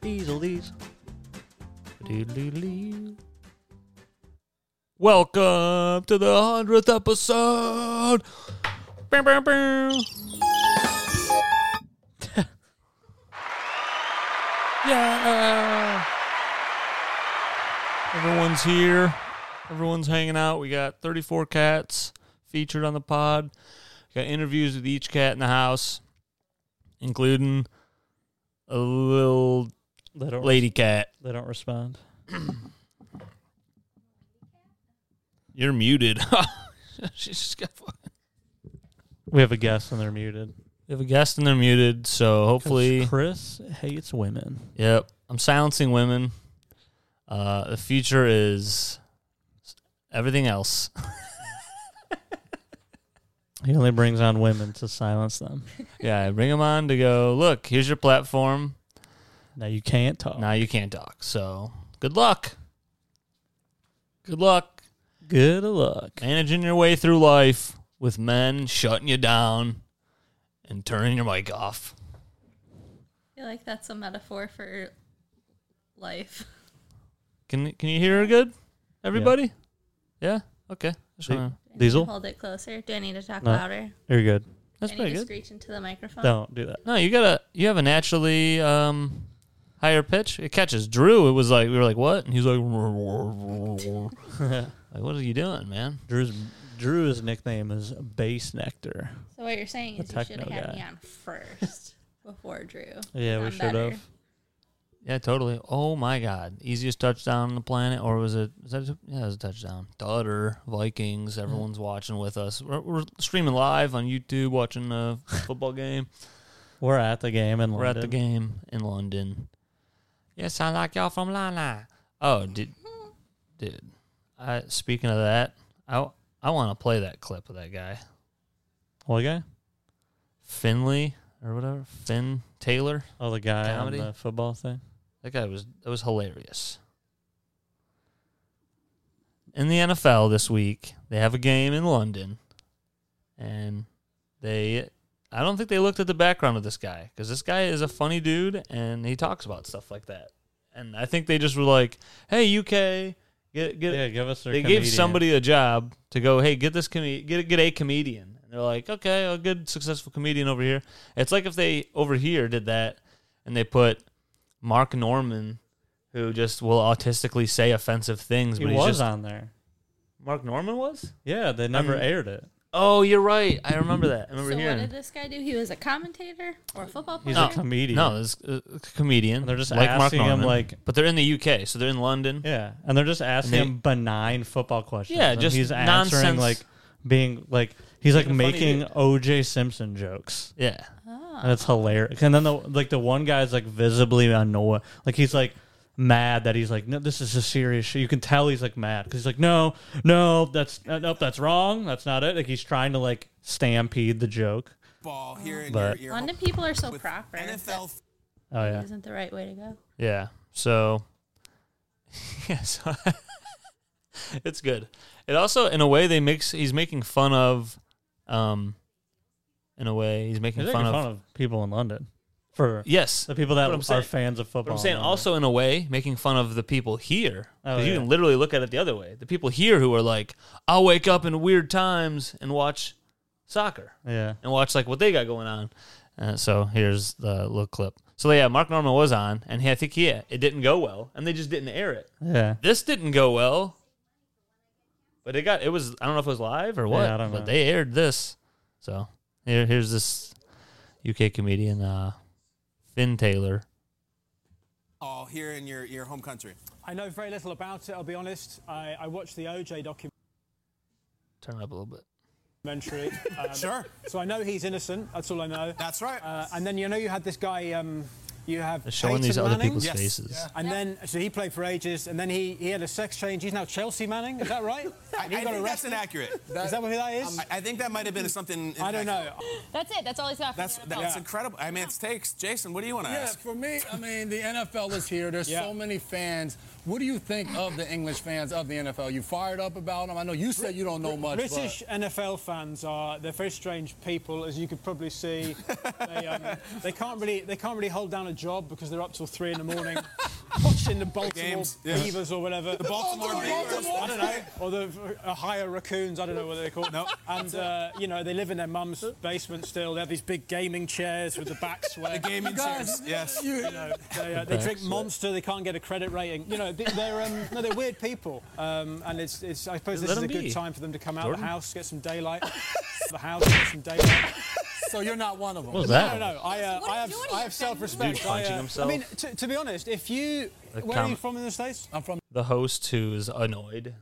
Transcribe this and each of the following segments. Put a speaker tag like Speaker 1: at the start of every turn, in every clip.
Speaker 1: Weaselies. Doodle-doo-doo. Welcome to the hundredth episode. Bow, bow, bow. yeah. Everyone's here. Everyone's hanging out. We got 34 cats featured on the pod. got interviews with each cat in the house, including a little
Speaker 2: They don't.
Speaker 1: lady cat.
Speaker 2: They don't respond.
Speaker 1: You're muted. She's just got fucking.
Speaker 2: We have a guest and they're muted.
Speaker 1: We have a guest and they're muted, so hopefully,
Speaker 2: Chris hates women.
Speaker 1: yep. I'm silencing women. Uh, the future is everything else.
Speaker 2: He only brings on women to silence them.
Speaker 1: yeah, I bring them on to go. Look, here's your platform.
Speaker 2: Now you can't talk.
Speaker 1: Now you can't talk. So good luck. Good luck
Speaker 2: Good luck.
Speaker 1: managing your way through life with men shutting you down and turning your mic off.
Speaker 3: I feel like that's a metaphor for life.
Speaker 1: Can Can you hear her good? Everybody? Yeah. Okay. Just
Speaker 2: Hey.
Speaker 1: wanna-
Speaker 3: Do I need to
Speaker 2: Diesel?
Speaker 3: Hold it closer. Do I need to talk
Speaker 2: No.
Speaker 3: louder?
Speaker 2: You're good.
Speaker 1: That's
Speaker 3: I
Speaker 1: pretty
Speaker 3: need to
Speaker 1: good.
Speaker 3: screech into the microphone.
Speaker 2: Don't do that.
Speaker 1: No, you gotta. You have a naturally um, higher pitch. It catches Drew. It was like we were like, "What?" And he's like, "Like what are you doing, man?"
Speaker 2: Drew's Drew's nickname is Bass Nectar.
Speaker 3: So what you're saying
Speaker 2: The
Speaker 3: is you should have
Speaker 2: techno
Speaker 3: had
Speaker 2: guy.
Speaker 3: me on first before Drew.
Speaker 2: Yeah, we
Speaker 3: I'm
Speaker 2: should
Speaker 3: better.
Speaker 2: have.
Speaker 1: Yeah, totally. Oh my God, easiest touchdown on the planet, or was it? Was that, yeah, it was a touchdown. Daughter Vikings. Everyone's watching with us. We're, we're streaming live on YouTube, watching the football game.
Speaker 2: We're at the game and
Speaker 1: We're at the game in London. Yes, I like y'all from Lana. Oh, did, dude. I speaking of that, I I want to play that clip of that guy
Speaker 2: What guy?
Speaker 1: Finley or whatever Finn Taylor.
Speaker 2: Oh, the guy
Speaker 1: Comedy?
Speaker 2: on the football thing.
Speaker 1: That guy was that was hilarious. In the NFL this week, they have a game in London, and they. I don't think they looked at the background of this guy because this guy is a funny dude and he talks about stuff like that. And I think they just were like, "Hey, UK, get get."
Speaker 2: Yeah, give us. Their
Speaker 1: they
Speaker 2: comedian.
Speaker 1: gave somebody a job to go. Hey, get this com- get get a comedian. And they're like, "Okay, a good successful comedian over here." It's like if they over here did that and they put Mark Norman, who just will autistically say offensive things.
Speaker 2: He
Speaker 1: but he's
Speaker 2: was
Speaker 1: just,
Speaker 2: on there.
Speaker 1: Mark Norman was.
Speaker 2: Yeah, they never
Speaker 1: I'm-
Speaker 2: aired it.
Speaker 1: Oh, you're right. I remember that. I
Speaker 3: So
Speaker 1: remember
Speaker 3: what
Speaker 1: hearing.
Speaker 3: did this guy do? He was a commentator or a football player?
Speaker 2: He's a comedian.
Speaker 1: no, this uh, comedian.
Speaker 2: They're just
Speaker 1: like Mark
Speaker 2: asking him,
Speaker 1: Norman,
Speaker 2: like-
Speaker 1: but they're in the UK, so they're in London.
Speaker 2: Yeah, and they're just asking
Speaker 1: they-
Speaker 2: him benign football questions.
Speaker 1: Yeah,
Speaker 2: and
Speaker 1: just
Speaker 2: he's answering
Speaker 1: nonsense.
Speaker 2: like being like he's like
Speaker 1: He's a funny
Speaker 2: making
Speaker 1: dude.
Speaker 2: O.J. Simpson jokes,
Speaker 1: Yeah,
Speaker 3: Oh.
Speaker 2: and it's hilarious. And then the like the one guy's like visibly annoyed, like he's like mad that he's like no, this is a serious. Show. You can tell he's like mad because he's like no, no, that's uh, nope, that's wrong, that's not it. Like he's trying to like stampede the joke.
Speaker 4: ball here in
Speaker 2: But-
Speaker 4: your ear.
Speaker 3: London people are so
Speaker 4: With
Speaker 3: proper.
Speaker 4: NFL
Speaker 2: Oh yeah,
Speaker 3: That isn't the right way to go.
Speaker 1: yeah. So, yeah, so it's good. It also, in a way, they makes he's making fun of, um, in a way, he's making
Speaker 2: he's making
Speaker 1: fun of,
Speaker 2: people in London for
Speaker 1: Yes,
Speaker 2: the people that
Speaker 1: But I'm
Speaker 2: are
Speaker 1: saying-
Speaker 2: fans of
Speaker 1: But
Speaker 2: football.
Speaker 1: I'm
Speaker 2: in
Speaker 1: saying
Speaker 2: London.
Speaker 1: also in a way making fun of the people here.
Speaker 2: Oh,
Speaker 1: 'Cause you
Speaker 2: yeah.
Speaker 1: can literally look at it the other way. The people here who are like, I'll wake up in weird times and watch soccer
Speaker 2: yeah.
Speaker 1: and watch like what they got going on. Uh, so here's the little clip. So yeah, Mark Norman was on, and he, I think yeah, it didn't go well, and they just didn't air it.
Speaker 2: Yeah.
Speaker 1: This didn't go well, but it got it was I don't know if it was live or what,
Speaker 2: Yeah, I don't
Speaker 1: but
Speaker 2: know.
Speaker 1: they aired this. So here, here's this UK comedian uh, Finn Taylor.
Speaker 4: ball here in your, your home country.
Speaker 5: I know very little about it, I'll be honest. I, I watched the OJ
Speaker 1: Turn it up a little bit.
Speaker 5: documentary. Um,
Speaker 4: Sure.
Speaker 5: So I know he's innocent, that's all I know.
Speaker 4: That's right.
Speaker 5: Uh, and then you know you had this guy, um, you have.
Speaker 1: They're showing
Speaker 5: Peyton
Speaker 1: these other
Speaker 5: Manning,
Speaker 1: people's
Speaker 4: Yes.
Speaker 1: faces.
Speaker 4: Yeah.
Speaker 5: And then, so he played for ages, and then he, he had a sex change. He's now Chelsea Manning, is that right?
Speaker 4: I, I
Speaker 5: got
Speaker 4: think that's um,
Speaker 5: arrested?
Speaker 4: inaccurate.
Speaker 5: Is that who that is?
Speaker 4: I, I think that might have been something.
Speaker 5: I don't
Speaker 4: inaccurate.
Speaker 5: know.
Speaker 6: That's it. That's all he's got. For
Speaker 4: That's
Speaker 6: the NFL.
Speaker 4: that's
Speaker 5: Yeah.
Speaker 4: incredible. I mean, it takes. Jason, what do you want to
Speaker 7: Yeah,
Speaker 4: ask?
Speaker 7: for me, I mean, the NFL is here. There's
Speaker 5: Yeah.
Speaker 7: so many fans. What do you think of the English fans of the NFL? You fired up about them? I know you said you don't know much.
Speaker 5: British NFL fans are they're very strange people, as you could probably see. they, um, they can't really they can't really hold down a job because they're up till three in the morning watching the Baltimore
Speaker 4: Games, yeah.
Speaker 5: Beavers or whatever. The
Speaker 4: Baltimore Beavers.
Speaker 5: I don't know, or the Ohio Raccoons. I don't know what they're called.
Speaker 4: No.
Speaker 5: And uh, you know they live in their mum's basement still. They have these big gaming chairs with the backs where
Speaker 4: The gaming
Speaker 7: Guys,
Speaker 4: chairs. Yes.
Speaker 7: You,
Speaker 5: they, uh, they drink Monster. They can't get a credit rating. You know they- they're um, no they're weird people. Um, and it's it's I suppose
Speaker 1: Let
Speaker 5: this is
Speaker 1: them
Speaker 5: a good
Speaker 1: be.
Speaker 5: time for them to come out of
Speaker 1: Jordan.
Speaker 5: the house, get some daylight. the house, get some daylight.
Speaker 7: so you're not one of them.
Speaker 1: What was
Speaker 5: I
Speaker 1: that?
Speaker 5: don't know. I, uh,
Speaker 6: What are
Speaker 5: I
Speaker 6: you
Speaker 5: have,
Speaker 6: doing
Speaker 5: I
Speaker 6: here,
Speaker 5: have
Speaker 6: Ben?
Speaker 5: self-respect.
Speaker 1: Dude punching
Speaker 5: I, uh,
Speaker 1: himself.
Speaker 5: I mean, to, to be honest, if you,
Speaker 1: The
Speaker 5: where are you
Speaker 1: comment-
Speaker 5: from in the states?
Speaker 7: I'm from
Speaker 1: The host who is annoyed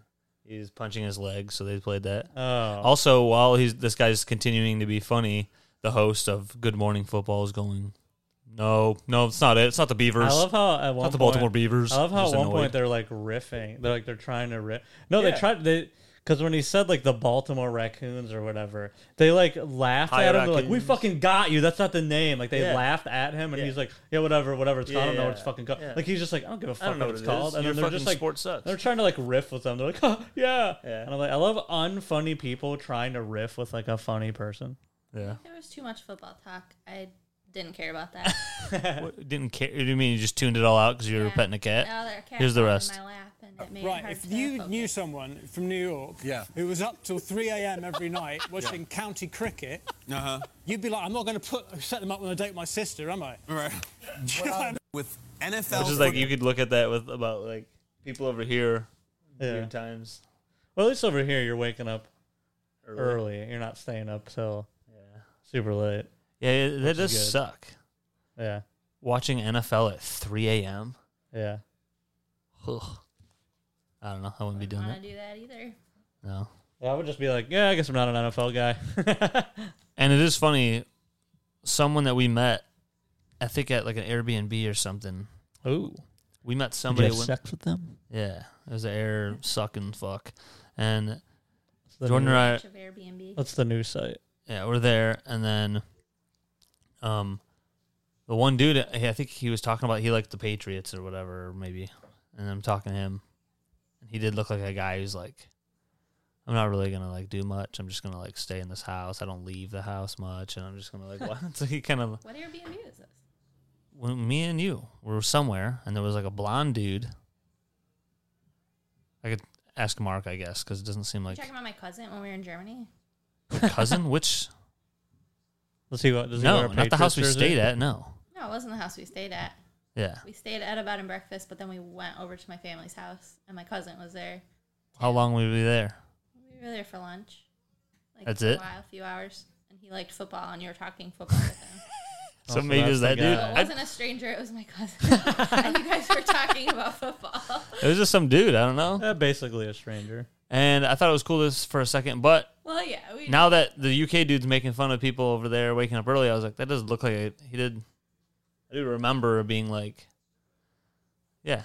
Speaker 1: is punching his leg, so they played that.
Speaker 2: Oh.
Speaker 1: Also, while he's this guy's continuing to be funny, the host of Good Morning Football is going, "No, no, it's not it. It's not the Beavers.
Speaker 2: I love how at one
Speaker 1: the
Speaker 2: point-
Speaker 1: Baltimore Beavers.
Speaker 2: I love how
Speaker 1: Just
Speaker 2: at one
Speaker 1: annoyed.
Speaker 2: point they're like riffing. They're like they're trying to riff. No,
Speaker 5: Yeah.
Speaker 2: they tried they because when he said like the Baltimore Raccoons or whatever, they like laughed
Speaker 1: Hi,
Speaker 2: at him. They're like, "We
Speaker 1: Raccoons."
Speaker 2: fucking got you." That's not the name. Like they
Speaker 1: Yeah.
Speaker 2: laughed at him, and
Speaker 1: Yeah.
Speaker 2: he's like, "Yeah, whatever, whatever. It's called. I don't know what it's
Speaker 1: Yeah.
Speaker 2: fucking called."
Speaker 1: Yeah.
Speaker 2: Like he's just like, "I don't give a fuck
Speaker 1: don't know
Speaker 2: what it's
Speaker 1: what it is.
Speaker 2: called." And
Speaker 1: Your
Speaker 2: then they're just
Speaker 1: fucking
Speaker 2: like,
Speaker 1: sport sucks.
Speaker 2: They're trying to like riff with them. They're like, "Huh, yeah.
Speaker 1: Yeah.
Speaker 2: And I'm like, I love unfunny people trying to riff with like a funny person.
Speaker 1: yeah,
Speaker 3: There was too much football talk. I didn't care about that.
Speaker 1: what, didn't care. You mean you just tuned it all out because you were
Speaker 3: Yeah.
Speaker 1: petting a cat?
Speaker 3: Now that cat
Speaker 1: Here's the
Speaker 3: was
Speaker 1: rest.
Speaker 3: In my lap, and it made it
Speaker 5: Uh, Right.
Speaker 3: hard
Speaker 5: If
Speaker 3: to
Speaker 5: you
Speaker 3: focus.
Speaker 5: knew someone from New York
Speaker 7: Yeah.
Speaker 5: who was up till 3 a.m. every night watching county cricket,
Speaker 4: Uh huh.
Speaker 5: you'd be like, I'm not going to put set them up when I date with my sister, am I?
Speaker 4: Right. With NFL.
Speaker 1: Which is like you could look at that with about like people over here
Speaker 2: Yeah.
Speaker 1: weird times.
Speaker 2: Well, at least over here, you're waking up
Speaker 1: Early.
Speaker 2: early. You're not staying up till super late.
Speaker 1: Yeah, it- that does
Speaker 2: is good.
Speaker 1: suck.
Speaker 2: Yeah.
Speaker 1: Watching NFL at 3 a.m.
Speaker 2: Yeah.
Speaker 1: Ugh. I don't know. I wouldn't be doing
Speaker 3: want
Speaker 1: it.
Speaker 3: to do that either.
Speaker 1: No.
Speaker 2: I would just be like, yeah, I guess I'm not an NFL guy.
Speaker 1: And it is funny. Someone that we met, I think at like an Airbnb or something.
Speaker 2: Ooh.
Speaker 1: We met somebody. when-
Speaker 2: sex with them?
Speaker 1: yeah, it was an air sucking fuck, and
Speaker 2: The
Speaker 1: Jordan
Speaker 2: new,
Speaker 1: and I.
Speaker 3: Much of Airbnb.
Speaker 2: That's the new site.
Speaker 1: Yeah, we're there, and then, um, the one dude, I I think he was talking about he liked the Patriots or whatever, or maybe, and I'm talking to him, and he did look like a guy who's like, I'm not really gonna like do much. I'm just gonna like stay in this house. I don't leave the house much, and I'm just gonna like. what? So he kind of
Speaker 3: What Airbnb is this?
Speaker 1: when me and you were somewhere, and there was like a blonde dude. I could ask Mark, I guess, because it doesn't seem
Speaker 3: You
Speaker 1: like
Speaker 3: talking about my cousin when we were in Germany?
Speaker 1: cousin. Which
Speaker 2: Let's see what. Does he wear
Speaker 1: no,
Speaker 2: a
Speaker 1: not the house we
Speaker 2: Patriots
Speaker 1: stayed
Speaker 2: jersey?
Speaker 1: at. No,
Speaker 3: No, it wasn't the house we stayed at.
Speaker 1: yeah.
Speaker 3: We stayed at a bed and breakfast, but then we went over to my family's house, and my cousin was there.
Speaker 1: How long were we there?
Speaker 2: Oh,
Speaker 3: We were there for lunch. Like
Speaker 1: That's
Speaker 3: for
Speaker 1: it?
Speaker 3: A, while, a few hours, and he liked football, and you were talking football with him.
Speaker 1: So
Speaker 2: Also,
Speaker 1: maybe it was
Speaker 2: that's
Speaker 1: that
Speaker 2: the
Speaker 1: dude.
Speaker 3: So it
Speaker 1: I,
Speaker 3: wasn't a stranger; it was my cousin, and you guys were talking about football.
Speaker 1: it was just some dude. I don't know.
Speaker 2: Uh, basically a stranger.
Speaker 1: And I thought it was cool this for a second, but
Speaker 3: Well, yeah, we
Speaker 1: now that the UK dude's making fun of people over there waking up early, I was like, that doesn't look like it. He did. I do remember being like, yeah,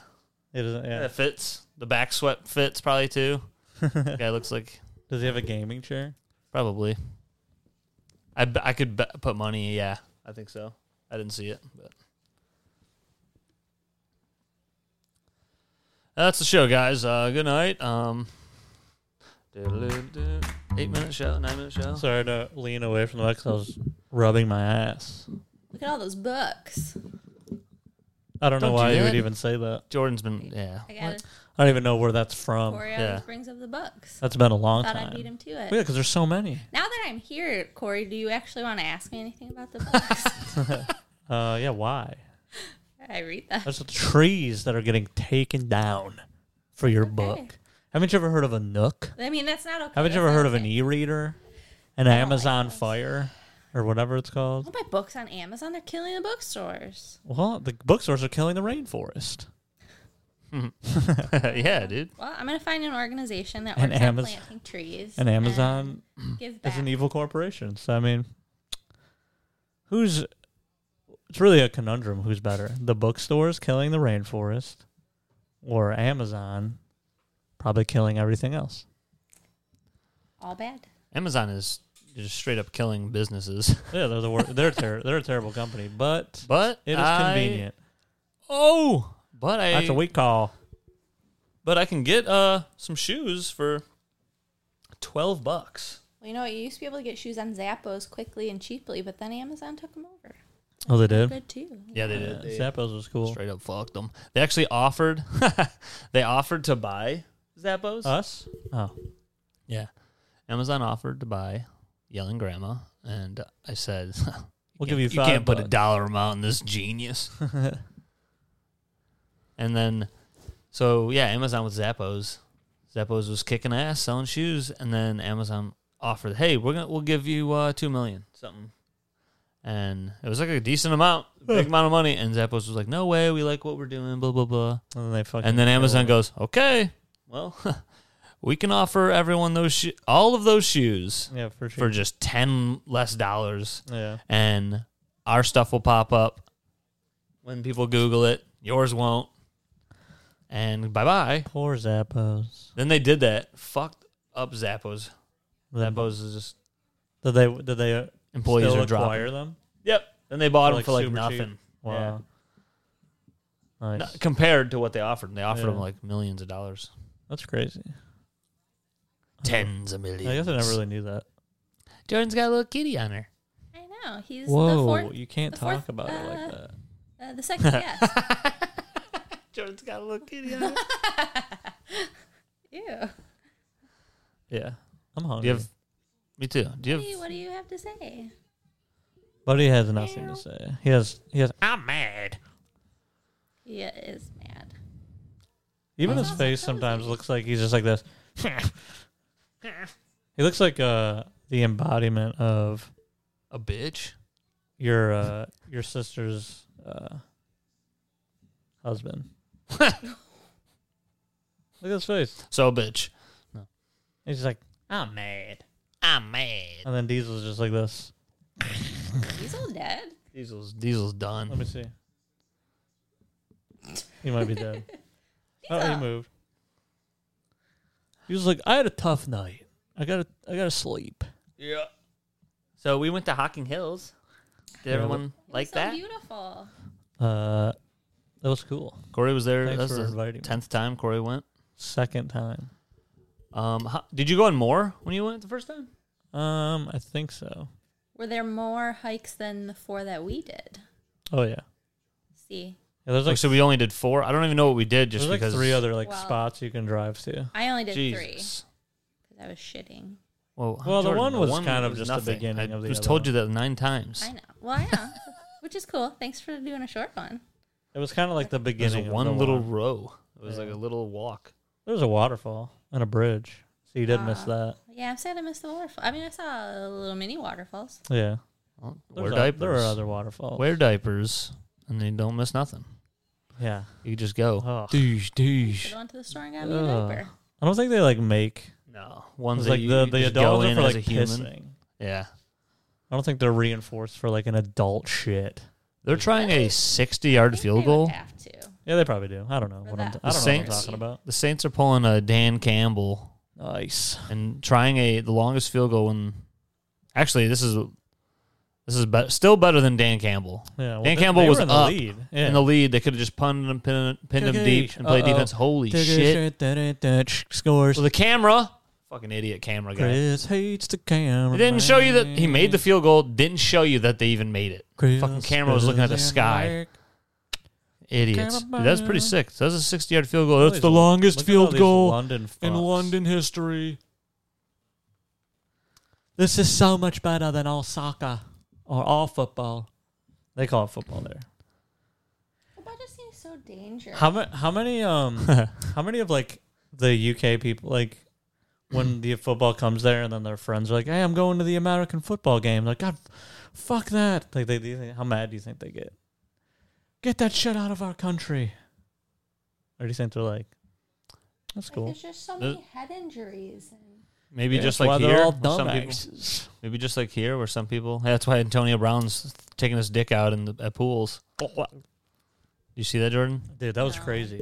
Speaker 2: It isn't. Yeah.
Speaker 1: that fits. The back sweat fits probably too. guy looks like
Speaker 2: Does he have a gaming chair?
Speaker 1: Probably. I, b- I could bet put money. Yeah, I think so. I didn't see it, but that's the show, guys. Uh, good night. Um, diddle-doo-doo. eight minute show, nine minute show.
Speaker 2: Sorry to lean away from the mic 'cause I was rubbing my ass.
Speaker 3: look at all those books.
Speaker 2: I don't,
Speaker 1: Don't
Speaker 2: know why
Speaker 1: do
Speaker 2: you
Speaker 1: that.
Speaker 2: would even say that.
Speaker 1: Jordan's been yeah.
Speaker 3: I got it.
Speaker 2: I don't even know where that's from.
Speaker 3: Corey
Speaker 1: yeah.
Speaker 3: always brings up the books.
Speaker 2: That's been a long
Speaker 3: Thought
Speaker 2: time.
Speaker 3: I'd beat him to
Speaker 2: Yeah,
Speaker 3: it.
Speaker 2: because there's so many.
Speaker 3: Now that I'm here, Corey, do you actually want to ask me anything about the books?
Speaker 2: Uh, yeah. Why?
Speaker 3: I read that.
Speaker 2: There's trees that are getting taken down for your book. Haven't you ever heard of a Nook?
Speaker 3: I mean, that's not okay.
Speaker 2: Haven't you
Speaker 3: That's
Speaker 2: ever
Speaker 3: not
Speaker 2: heard of an
Speaker 3: okay.
Speaker 2: e-reader, an Amazon Fire, or whatever it's
Speaker 3: Don't
Speaker 2: called?
Speaker 3: buy books on Amazon. They're killing the bookstores.
Speaker 2: Well, the bookstores are killing the rainforest.
Speaker 1: yeah, dude.
Speaker 3: Well, I'm gonna find an organization that
Speaker 2: And
Speaker 3: works on
Speaker 2: Amaz-
Speaker 3: planting trees.
Speaker 2: And Amazon
Speaker 3: and give
Speaker 2: is
Speaker 3: back.
Speaker 2: an evil corporation. So I mean, who's? It's really a conundrum. Who's better, the bookstores killing the rainforest, or Amazon, probably killing everything else?
Speaker 3: All bad.
Speaker 1: Amazon is just straight up killing businesses.
Speaker 2: Yeah, they're the wor- they're ter- they're a terrible company, but
Speaker 1: But
Speaker 2: it is
Speaker 1: I-
Speaker 2: convenient.
Speaker 1: Oh, but I
Speaker 2: That's a weak call.
Speaker 1: but I can get uh some shoes for twelve bucks.
Speaker 3: Well, you know, you used to be able to get shoes on Zappos quickly and cheaply, but then Amazon took them over.
Speaker 2: Oh, they did.
Speaker 3: Good too.
Speaker 1: Yeah, they
Speaker 2: Yeah,
Speaker 1: did. They
Speaker 2: Zappos was cool.
Speaker 1: straight up fucked them. They actually offered. they offered to buy Zappos.
Speaker 2: Us? Oh,
Speaker 1: yeah, Amazon offered to buy Yelling Grandma, and I said,
Speaker 2: we'll give you.
Speaker 1: You
Speaker 2: Five
Speaker 1: can't put a
Speaker 2: bucks.
Speaker 1: dollar amount in this genius." and then, so yeah, Amazon with Zappos. Zappos was kicking ass selling shoes, and then Amazon offered, "Hey, we're gonna we'll give you uh, two million something." And it was like a decent amount, big amount of money. And Zappos was like, "No way, we like what we're doing." Blah blah blah.
Speaker 2: And then they fucking.
Speaker 1: And then Amazon goes, "Okay, well, we can offer everyone those sho- all of those shoes
Speaker 2: Yeah, for
Speaker 1: for
Speaker 2: sure.
Speaker 1: just ten less dollars."
Speaker 2: yeah.
Speaker 1: and our stuff will pop up when people Google it. Yours won't. And bye bye.
Speaker 2: Poor Zappos.
Speaker 1: Then they did that. Fucked up Zappos. Zappos is just
Speaker 2: Did they? Did they? uh,
Speaker 1: employees
Speaker 2: still
Speaker 1: are dropping.
Speaker 2: acquire them.
Speaker 1: Yep. Then they bought
Speaker 2: For,
Speaker 1: them for like
Speaker 2: super cheap?
Speaker 1: nothing.
Speaker 2: Wow. Nice.
Speaker 1: No- compared to what they offered, and they offered
Speaker 2: Yeah.
Speaker 1: them like millions of dollars,
Speaker 2: That's crazy.
Speaker 1: tens of millions.
Speaker 2: I guess I never really knew that.
Speaker 1: Jordan's got a little kitty on her.
Speaker 3: I know. He's the
Speaker 2: Whoa,
Speaker 3: fourth.
Speaker 2: you can't
Speaker 3: the
Speaker 2: talk
Speaker 3: fourth,
Speaker 2: about it like
Speaker 3: uh,
Speaker 2: that.
Speaker 3: Uh, the second guest.
Speaker 1: Jordan's got a little kitty on her.
Speaker 3: Ew.
Speaker 1: yeah.
Speaker 2: I'm
Speaker 1: Do
Speaker 2: hungry.
Speaker 1: you have? Me too. Do you have?
Speaker 3: Hey, what do you have to say?
Speaker 2: Buddy has nothing to say. He has. He has. I'm mad.
Speaker 3: He is mad.
Speaker 2: Even his
Speaker 3: sounds
Speaker 2: face
Speaker 3: cozy.
Speaker 2: sometimes looks like he's just like this. he looks like uh the embodiment of
Speaker 1: A bitch.
Speaker 2: your uh your sister's uh husband. Look at his face.
Speaker 1: So a bitch.
Speaker 2: He's just like,
Speaker 1: I'm mad. I'm mad.
Speaker 2: and then Diesel's just like this.
Speaker 3: He's all dead.
Speaker 1: Diesel's Diesel's
Speaker 2: Let
Speaker 1: done.
Speaker 2: me see. He might be dead. oh, he moved. He was like, I had a tough night. I gotta, I gotta sleep.
Speaker 1: Yeah. So we went to Hocking Hills. Did everyone like
Speaker 3: He's so
Speaker 1: that?
Speaker 3: beautiful.
Speaker 2: Uh, that was cool.
Speaker 1: Corey was there.
Speaker 2: Thanks
Speaker 1: That's
Speaker 2: for
Speaker 1: the
Speaker 2: inviting me.
Speaker 1: tenth time Corey went.
Speaker 2: Second time.
Speaker 1: Um, ho- did you go on more when you went the first time?
Speaker 2: Um, I think so.
Speaker 3: Were there more hikes than the four that we did?
Speaker 2: Oh yeah.
Speaker 3: See,
Speaker 2: yeah there's
Speaker 1: Like,
Speaker 2: like,
Speaker 1: Oh, so we only did four. I don't even know what we did just
Speaker 2: there's like
Speaker 1: because
Speaker 2: three other like
Speaker 3: Wow.
Speaker 2: spots you can drive to.
Speaker 3: I only did three because
Speaker 1: Jesus.
Speaker 3: I was shitting.
Speaker 1: Well,
Speaker 2: Well, the
Speaker 1: Jordan,
Speaker 2: one was kind of
Speaker 1: was
Speaker 2: just the
Speaker 1: nothing.
Speaker 2: beginning
Speaker 1: I
Speaker 2: of the
Speaker 1: was
Speaker 2: other
Speaker 1: told
Speaker 2: one.
Speaker 1: you that nine times.
Speaker 3: I know. Well, I know, which is cool. Thanks for doing a short one.
Speaker 2: It was kind of like the
Speaker 1: There's
Speaker 2: beginning. of
Speaker 1: one
Speaker 2: the
Speaker 1: little
Speaker 2: walk.
Speaker 1: row. It was like
Speaker 2: Yeah.
Speaker 1: a little walk.
Speaker 2: There was a waterfall and a bridge, so you did miss that.
Speaker 3: Yeah, I'm sad I missed the waterfall. I mean, I saw little mini waterfalls.
Speaker 2: Yeah.
Speaker 1: Well,
Speaker 2: There's
Speaker 1: wear
Speaker 2: a-
Speaker 1: diapers.
Speaker 2: There were other waterfalls.
Speaker 1: Wear diapers, and then don't miss nothing.
Speaker 2: Yeah.
Speaker 1: You just go.
Speaker 2: Ugh.
Speaker 1: Douche, douche.
Speaker 3: Should have went to the store and got me a
Speaker 2: Ugh.
Speaker 3: diaper.
Speaker 2: I don't think they like make
Speaker 1: No, ones
Speaker 2: It's
Speaker 1: that
Speaker 2: like
Speaker 1: you
Speaker 2: the,
Speaker 1: you
Speaker 2: the
Speaker 1: just
Speaker 2: adults
Speaker 1: go
Speaker 2: are
Speaker 1: in
Speaker 2: for
Speaker 1: as
Speaker 2: like
Speaker 1: a human.
Speaker 2: pissing.
Speaker 1: Yeah,
Speaker 2: I don't think they're reinforced for like an adult shit.
Speaker 1: they're trying a
Speaker 3: I
Speaker 1: sixty-yard
Speaker 3: think
Speaker 1: field
Speaker 3: they would
Speaker 1: goal.
Speaker 3: Have to.
Speaker 2: Yeah, they probably do. I don't know what I'm,
Speaker 3: that
Speaker 2: I don't know what I'm
Speaker 1: Saints.
Speaker 2: talking about.
Speaker 1: The Saints are pulling a Dan Campbell
Speaker 2: Nice.
Speaker 1: and trying a the longest field goal. When actually, this is this is be- still better than Dan Campbell.
Speaker 2: Yeah, well,
Speaker 1: Dan
Speaker 2: they-
Speaker 1: Campbell
Speaker 2: they
Speaker 1: was
Speaker 2: were in the
Speaker 1: up
Speaker 2: lead. Yeah.
Speaker 1: in the lead. They could have just punted him, pinned, pinned him deep, and played
Speaker 2: Uh-oh.
Speaker 1: defense. Holy shit!
Speaker 2: Scores.
Speaker 1: So the camera, fucking idiot camera guy.
Speaker 2: Chris hates the camera.
Speaker 1: It didn't show you that he made the field goal. Didn't show you that they even made it.
Speaker 2: Chris
Speaker 1: fucking camera was looking at the
Speaker 2: doesn't
Speaker 1: sky.
Speaker 2: like-
Speaker 1: Idiots. Dude, that's pretty sick. That's a 60 yard field goal.
Speaker 2: Look at
Speaker 1: That's
Speaker 2: all
Speaker 1: the
Speaker 2: these-
Speaker 1: longest
Speaker 2: look at all
Speaker 1: field
Speaker 2: these
Speaker 1: goal
Speaker 2: London
Speaker 1: in
Speaker 2: fucks.
Speaker 1: London history.
Speaker 2: This is so much better than all soccer or all football. They call it football there.
Speaker 3: Football just seems so dangerous.
Speaker 2: How many? How many? Um, how many of like the UK people like when the football comes there and then their friends are like, "Hey, I'm going to the American football game." Like, God, fuck that! Like, they, do you think, how mad do you think they get? Get that shit out of our country. Or do you think they're like, "That's
Speaker 3: Like,
Speaker 2: cool"?
Speaker 3: there's just so
Speaker 1: The-
Speaker 3: many head injuries. And
Speaker 1: Maybe
Speaker 2: Yeah,
Speaker 1: just
Speaker 2: that's
Speaker 1: like
Speaker 2: why
Speaker 1: here.
Speaker 2: they're all
Speaker 1: where some people,
Speaker 2: dumbasses.
Speaker 1: maybe just like here where some people. That's why Antonio Brown's taking his dick out in the at pools. You see that, Jordan?
Speaker 2: Dude, that was crazy.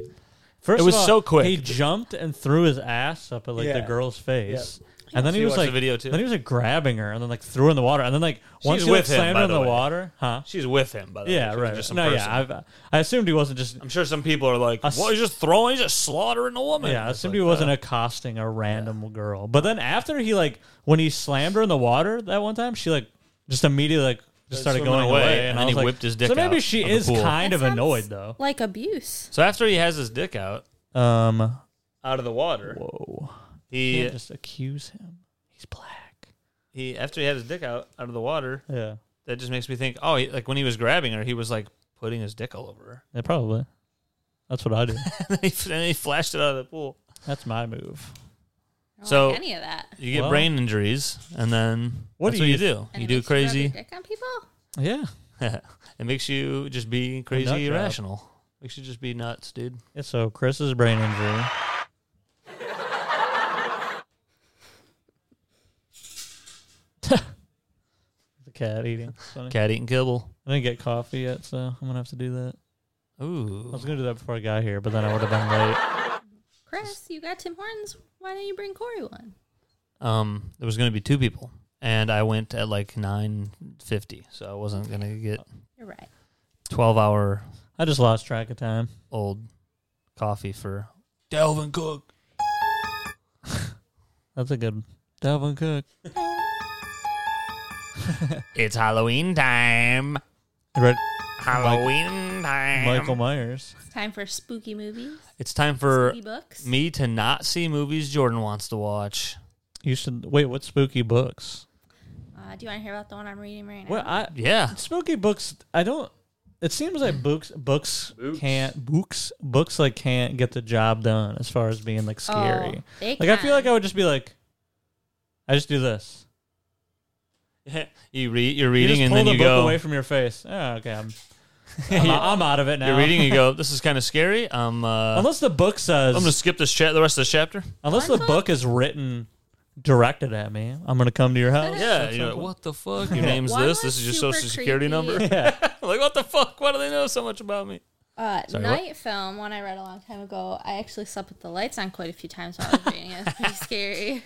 Speaker 2: First,
Speaker 1: It
Speaker 2: of
Speaker 1: was
Speaker 2: all,
Speaker 1: so quick.
Speaker 2: He jumped and threw his ass up at like the
Speaker 1: Yeah.
Speaker 2: girl's face. And then
Speaker 1: She
Speaker 2: he was
Speaker 1: watched the
Speaker 2: like,
Speaker 1: video, too?
Speaker 2: Then he was like grabbing her, and then like threw her in the water, and then like once
Speaker 1: was
Speaker 2: he like,
Speaker 1: with him,
Speaker 2: slammed
Speaker 1: by
Speaker 2: her in
Speaker 1: the
Speaker 2: the
Speaker 1: way.
Speaker 2: water, huh?
Speaker 1: She's with him, by the way.
Speaker 2: Yeah,
Speaker 1: She was
Speaker 2: right.
Speaker 1: Just some
Speaker 2: No,
Speaker 1: person.
Speaker 2: yeah, I've, I assumed he wasn't just.
Speaker 1: I'm sure some people are like,
Speaker 2: s-
Speaker 1: "Well, he's just throwing, he's just slaughtering a woman."
Speaker 2: Yeah, I
Speaker 1: It's
Speaker 2: assumed
Speaker 1: like,
Speaker 2: he wasn't
Speaker 1: uh,
Speaker 2: accosting a random girl. But then after he like when he slammed her in the water that one time, she like just immediately like just started
Speaker 1: swimming
Speaker 2: going
Speaker 1: away,
Speaker 2: away,
Speaker 1: and
Speaker 2: I
Speaker 1: then
Speaker 2: was
Speaker 1: he
Speaker 2: like-
Speaker 1: whipped his dick
Speaker 2: So maybe
Speaker 1: out
Speaker 2: she
Speaker 1: of the
Speaker 2: is
Speaker 1: pool.
Speaker 2: kind
Speaker 3: That
Speaker 2: of
Speaker 3: sounds
Speaker 2: annoyed though.
Speaker 3: Like abuse.
Speaker 1: So after he has his dick out
Speaker 2: Um,
Speaker 1: out of the water,
Speaker 2: whoa,
Speaker 1: he
Speaker 2: can't just accuse him. He's black.
Speaker 1: he after he had his dick out out of the water,
Speaker 2: Yeah,
Speaker 1: that just makes me think. Oh, he, like when he was grabbing her, he was like putting his dick all over
Speaker 2: yeah, probably. That's what I do.
Speaker 1: her, and, he, and he flashed it out of the pool.
Speaker 2: That's my move.
Speaker 3: I don't
Speaker 1: So-
Speaker 3: like any of that.
Speaker 1: You get
Speaker 2: Well-
Speaker 1: brain injuries, and then
Speaker 2: What
Speaker 1: that's
Speaker 2: do you
Speaker 1: what you do?
Speaker 3: And
Speaker 1: You
Speaker 3: it
Speaker 1: do
Speaker 3: makes rub your
Speaker 1: crazy.
Speaker 3: dick on people.
Speaker 2: Yeah,
Speaker 1: it makes you just be
Speaker 2: nut
Speaker 1: crazy
Speaker 2: job.
Speaker 1: irrational. Makes you just be nuts, dude.
Speaker 2: yeah. So Chris's brain injury. the cat eating. It's funny.
Speaker 1: Cat eating kibble.
Speaker 2: I didn't get coffee yet, so I'm gonna have to do that. I
Speaker 1: Ooh,
Speaker 2: was gonna do that before I got here, but then I would have been late.
Speaker 3: Chris, you got Tim Hortons. Why don't you bring Corey one?
Speaker 1: um, there was gonna be two people, and I went at like nine fifty, so I wasn't gonna get
Speaker 3: You're right.
Speaker 1: twelve hour
Speaker 2: I just lost track of time.
Speaker 1: old coffee for Delvin Cook.
Speaker 2: That's a good Dalvin Cook.
Speaker 1: It's Halloween time.
Speaker 2: Right,
Speaker 1: Halloween time.
Speaker 2: Michael Myers.
Speaker 3: It's time for spooky movies,
Speaker 1: It's time for
Speaker 3: spooky books.
Speaker 1: me to not see movies Jordan wants to watch.
Speaker 2: You should wait. What spooky books?
Speaker 3: Uh, do you want to hear about the one I'm reading right now?
Speaker 2: Well, I
Speaker 1: Yeah.
Speaker 2: spooky books. I don't. It seems like books, books, can't books, books like can't get the job done as far as being like scary.
Speaker 3: Oh, they
Speaker 2: like I feel like
Speaker 3: can.
Speaker 2: I would just be like, I just do this.
Speaker 1: you read you're
Speaker 2: You
Speaker 1: reading
Speaker 2: just
Speaker 1: and
Speaker 2: pull
Speaker 1: then
Speaker 2: the
Speaker 1: you
Speaker 2: book
Speaker 1: go
Speaker 2: away from your face. Oh, okay, I'm, I'm, I'm out of it now.
Speaker 1: You're reading and you go, This is kinda scary. Um uh,
Speaker 2: Unless the book says,
Speaker 1: I'm gonna skip this chat the rest of the chapter.
Speaker 2: unless the
Speaker 3: Uncle-
Speaker 2: book is written directed at me, I'm gonna come to your house.
Speaker 1: Yeah, you're like, what the fuck? Your name's
Speaker 3: One
Speaker 1: this.
Speaker 3: was
Speaker 1: This is your
Speaker 3: super
Speaker 1: social security
Speaker 3: creepy.
Speaker 1: number. like, what the fuck? Why do they know so much about me?
Speaker 3: Uh,
Speaker 1: Sorry, what?
Speaker 3: night film, one I read a long time ago. I actually slept with the lights on quite a few times while I was reading it. It's pretty scary.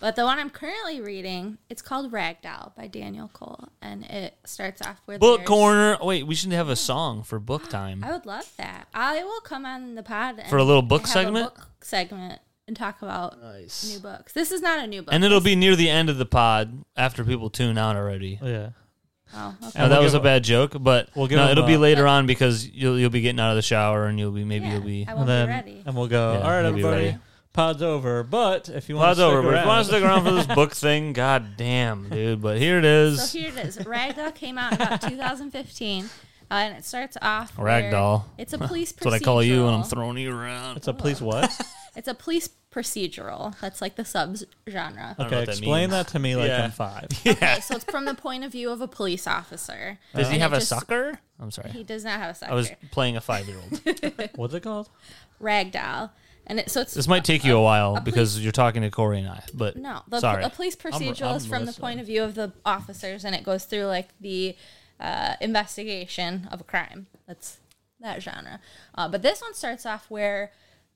Speaker 3: But the one I'm currently reading, it's called Ragdoll by Daniel Cole, and it starts off with
Speaker 1: Book
Speaker 3: there's-
Speaker 1: corner. Wait, we should have a song for book time.
Speaker 3: I would love that. I will come on the pod and
Speaker 1: For a little book
Speaker 3: have a
Speaker 1: segment?
Speaker 3: book segment and talk about new books. This is not a new book.
Speaker 1: And it'll be near the end of the pod after people tune out already.
Speaker 2: Yeah.
Speaker 3: oh, okay.
Speaker 1: Now, that
Speaker 2: we'll
Speaker 1: was a
Speaker 2: give-
Speaker 1: bad joke, but
Speaker 2: we'll give
Speaker 1: no,
Speaker 2: them,
Speaker 1: it'll be
Speaker 2: uh,
Speaker 1: later on because you'll you'll be getting out of the shower and you'll be maybe
Speaker 3: Yeah,
Speaker 1: you'll be
Speaker 3: I
Speaker 2: And
Speaker 3: won't
Speaker 2: then
Speaker 3: be ready.
Speaker 2: and we'll go.
Speaker 1: Yeah,
Speaker 2: All right,
Speaker 1: we'll be
Speaker 2: everybody.
Speaker 1: ready.
Speaker 2: Pod's over. But if you want
Speaker 1: Pod's
Speaker 2: to stick
Speaker 1: over. But if
Speaker 2: around,
Speaker 1: you want to stick around for this book thing, god damn, dude. But here it is.
Speaker 3: So here it is. Ragdoll came out in about 2015, uh, and it starts off. where
Speaker 1: Ragdoll.
Speaker 3: It's a police.
Speaker 1: That's what I call you when I'm
Speaker 3: procedural.
Speaker 1: throwing you around.
Speaker 2: it's a please
Speaker 3: Oh.
Speaker 2: what?
Speaker 3: It's a police procedural. That's like the subs genre.
Speaker 1: don't know
Speaker 2: Okay,
Speaker 1: what that
Speaker 2: explain
Speaker 1: means.
Speaker 2: that, to me like
Speaker 1: Yeah.
Speaker 2: I'm five.
Speaker 3: Okay, so it's from the point of view of a police officer.
Speaker 1: Does he
Speaker 3: And
Speaker 1: have
Speaker 3: it
Speaker 1: a
Speaker 3: just-
Speaker 1: sucker? I'm sorry.
Speaker 3: He does not have a sucker.
Speaker 1: I was playing a five year old.
Speaker 2: What's it called?
Speaker 3: Ragdoll, and it, so it's
Speaker 1: This might take you a while because you're talking to Corey and I. But
Speaker 3: No, the,
Speaker 1: sorry.
Speaker 3: a police procedural
Speaker 2: I'm
Speaker 3: is from the
Speaker 2: listening.
Speaker 3: point of view of the officers, and it goes through like the uh, investigation of a crime. That's that genre. Uh, but this one starts off where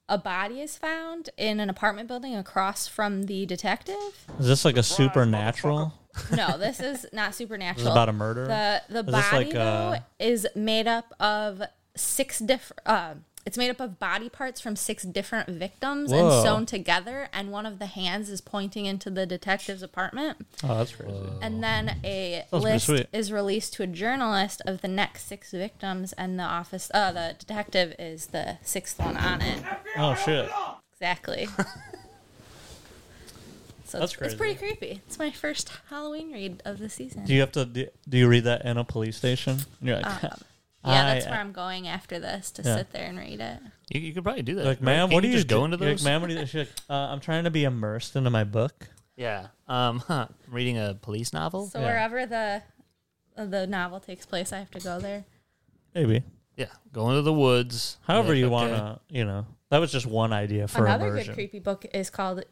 Speaker 3: a body is found in an apartment building across from the detective.
Speaker 2: Is this like a supernatural?
Speaker 3: No, this is not supernatural.
Speaker 2: about a murder?
Speaker 3: The the
Speaker 2: this
Speaker 3: body
Speaker 2: like,
Speaker 3: though
Speaker 2: uh,
Speaker 3: is made up of six different. Uh, it's made up of body parts from six different victims
Speaker 2: Whoa.
Speaker 3: and sewn together, and one of the hands is pointing into the detective's apartment.
Speaker 2: Oh, that's crazy.
Speaker 3: And then a
Speaker 2: Sounds pretty
Speaker 3: list
Speaker 2: sweet.
Speaker 3: is released to a journalist of the next six victims, and the office, uh, the detective is the sixth one on it.
Speaker 2: Oh shit.
Speaker 3: Exactly. so
Speaker 2: That's
Speaker 3: it's, it's pretty creepy. It's my first Halloween read of the season.
Speaker 2: Do you have to? Do do you read that in a police station? And You're like,
Speaker 3: Um, yeah, that's
Speaker 2: I- uh,
Speaker 3: where I'm going after this to
Speaker 2: Yeah.
Speaker 3: sit there and read it.
Speaker 1: you, you could probably do that.
Speaker 2: like,
Speaker 1: right?
Speaker 2: ma'am,
Speaker 1: Can't
Speaker 2: what are
Speaker 1: you
Speaker 2: you
Speaker 1: just
Speaker 2: do-
Speaker 1: go into
Speaker 2: you're
Speaker 1: those?
Speaker 2: Like, ma'am, what do you? She's like, uh, I'm trying to be immersed into my book.
Speaker 1: Yeah. Um, huh. I'm reading a police novel.
Speaker 3: So
Speaker 2: Oh, Yeah.
Speaker 3: wherever the uh, the novel takes place, I have to go there.
Speaker 2: Maybe.
Speaker 1: yeah. Go into the woods.
Speaker 2: However
Speaker 1: Like,
Speaker 2: you
Speaker 1: okay.
Speaker 2: wanna, you know. That was just one idea for
Speaker 3: Another
Speaker 2: immersion.
Speaker 3: good creepy book is called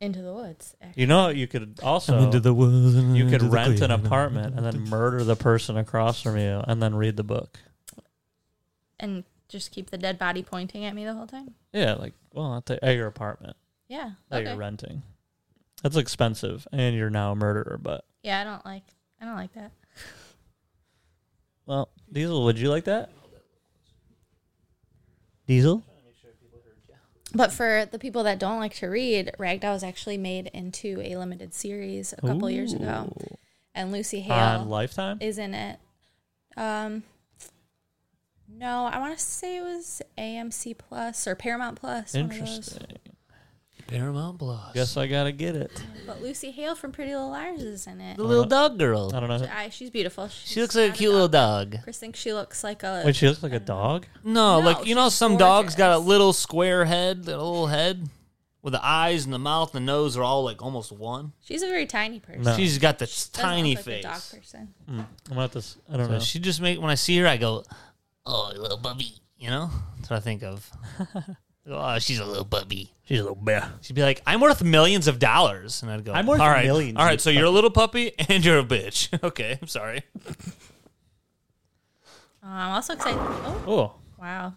Speaker 3: Into the Woods. Actually.
Speaker 2: You know, you could also you could rent an apartment and then murder the person across from you and then read the book.
Speaker 3: And just keep the dead body pointing at me the whole time.
Speaker 2: Yeah, like well, at, the, at your apartment
Speaker 3: Yeah.
Speaker 2: that
Speaker 3: okay.
Speaker 2: you're renting. That's expensive, and you're now a murderer. But
Speaker 3: Yeah, I don't like. I don't like that.
Speaker 2: well, Diesel, would you like that? Diesel.
Speaker 3: But for the people that don't like to read, Ragdoll was actually made into a limited series a couple years ago,
Speaker 2: Ooh.
Speaker 3: and Lucy Hale
Speaker 2: on Lifetime.
Speaker 3: is in it. Um, no, I want to say it was AMC Plus or Paramount Plus. one of those.
Speaker 2: Interesting.
Speaker 1: Paramount Plus.
Speaker 2: Guess I gotta get it.
Speaker 3: But Lucy Hale from Pretty Little Liars is in it.
Speaker 1: the little dog girl.
Speaker 2: I don't know.
Speaker 3: I, she's beautiful.
Speaker 1: She looks like a cute little dog.
Speaker 3: Chris thinks she looks like a.
Speaker 2: Wait, she looks like a dog.
Speaker 1: No,
Speaker 3: No,
Speaker 1: like you know,
Speaker 3: she's
Speaker 1: some dogs got a
Speaker 3: gorgeous.
Speaker 1: little square head, that little head, with the eyes and the mouth and the nose are all like almost one.
Speaker 3: she's a very tiny person.
Speaker 2: No.
Speaker 1: She's got the
Speaker 3: Doesn't look
Speaker 1: tiny
Speaker 3: like a dog
Speaker 1: face.
Speaker 3: person.
Speaker 2: I'm gonna have to. s- I don't know.
Speaker 1: But she just make when I see her, I go, "Oh, little bubby," you know. That's what I think of. oh, she's a little bubby.
Speaker 2: She's a little bear.
Speaker 1: She'd be like, "I'm worth millions of dollars," and I'd go,
Speaker 2: "I'm worth
Speaker 1: all right,
Speaker 2: millions,
Speaker 1: All
Speaker 2: you
Speaker 1: right, so you're a little puppy and you're a bitch. okay, I'm sorry.
Speaker 3: Oh, I'm also excited. Oh,
Speaker 2: Oh,
Speaker 3: wow.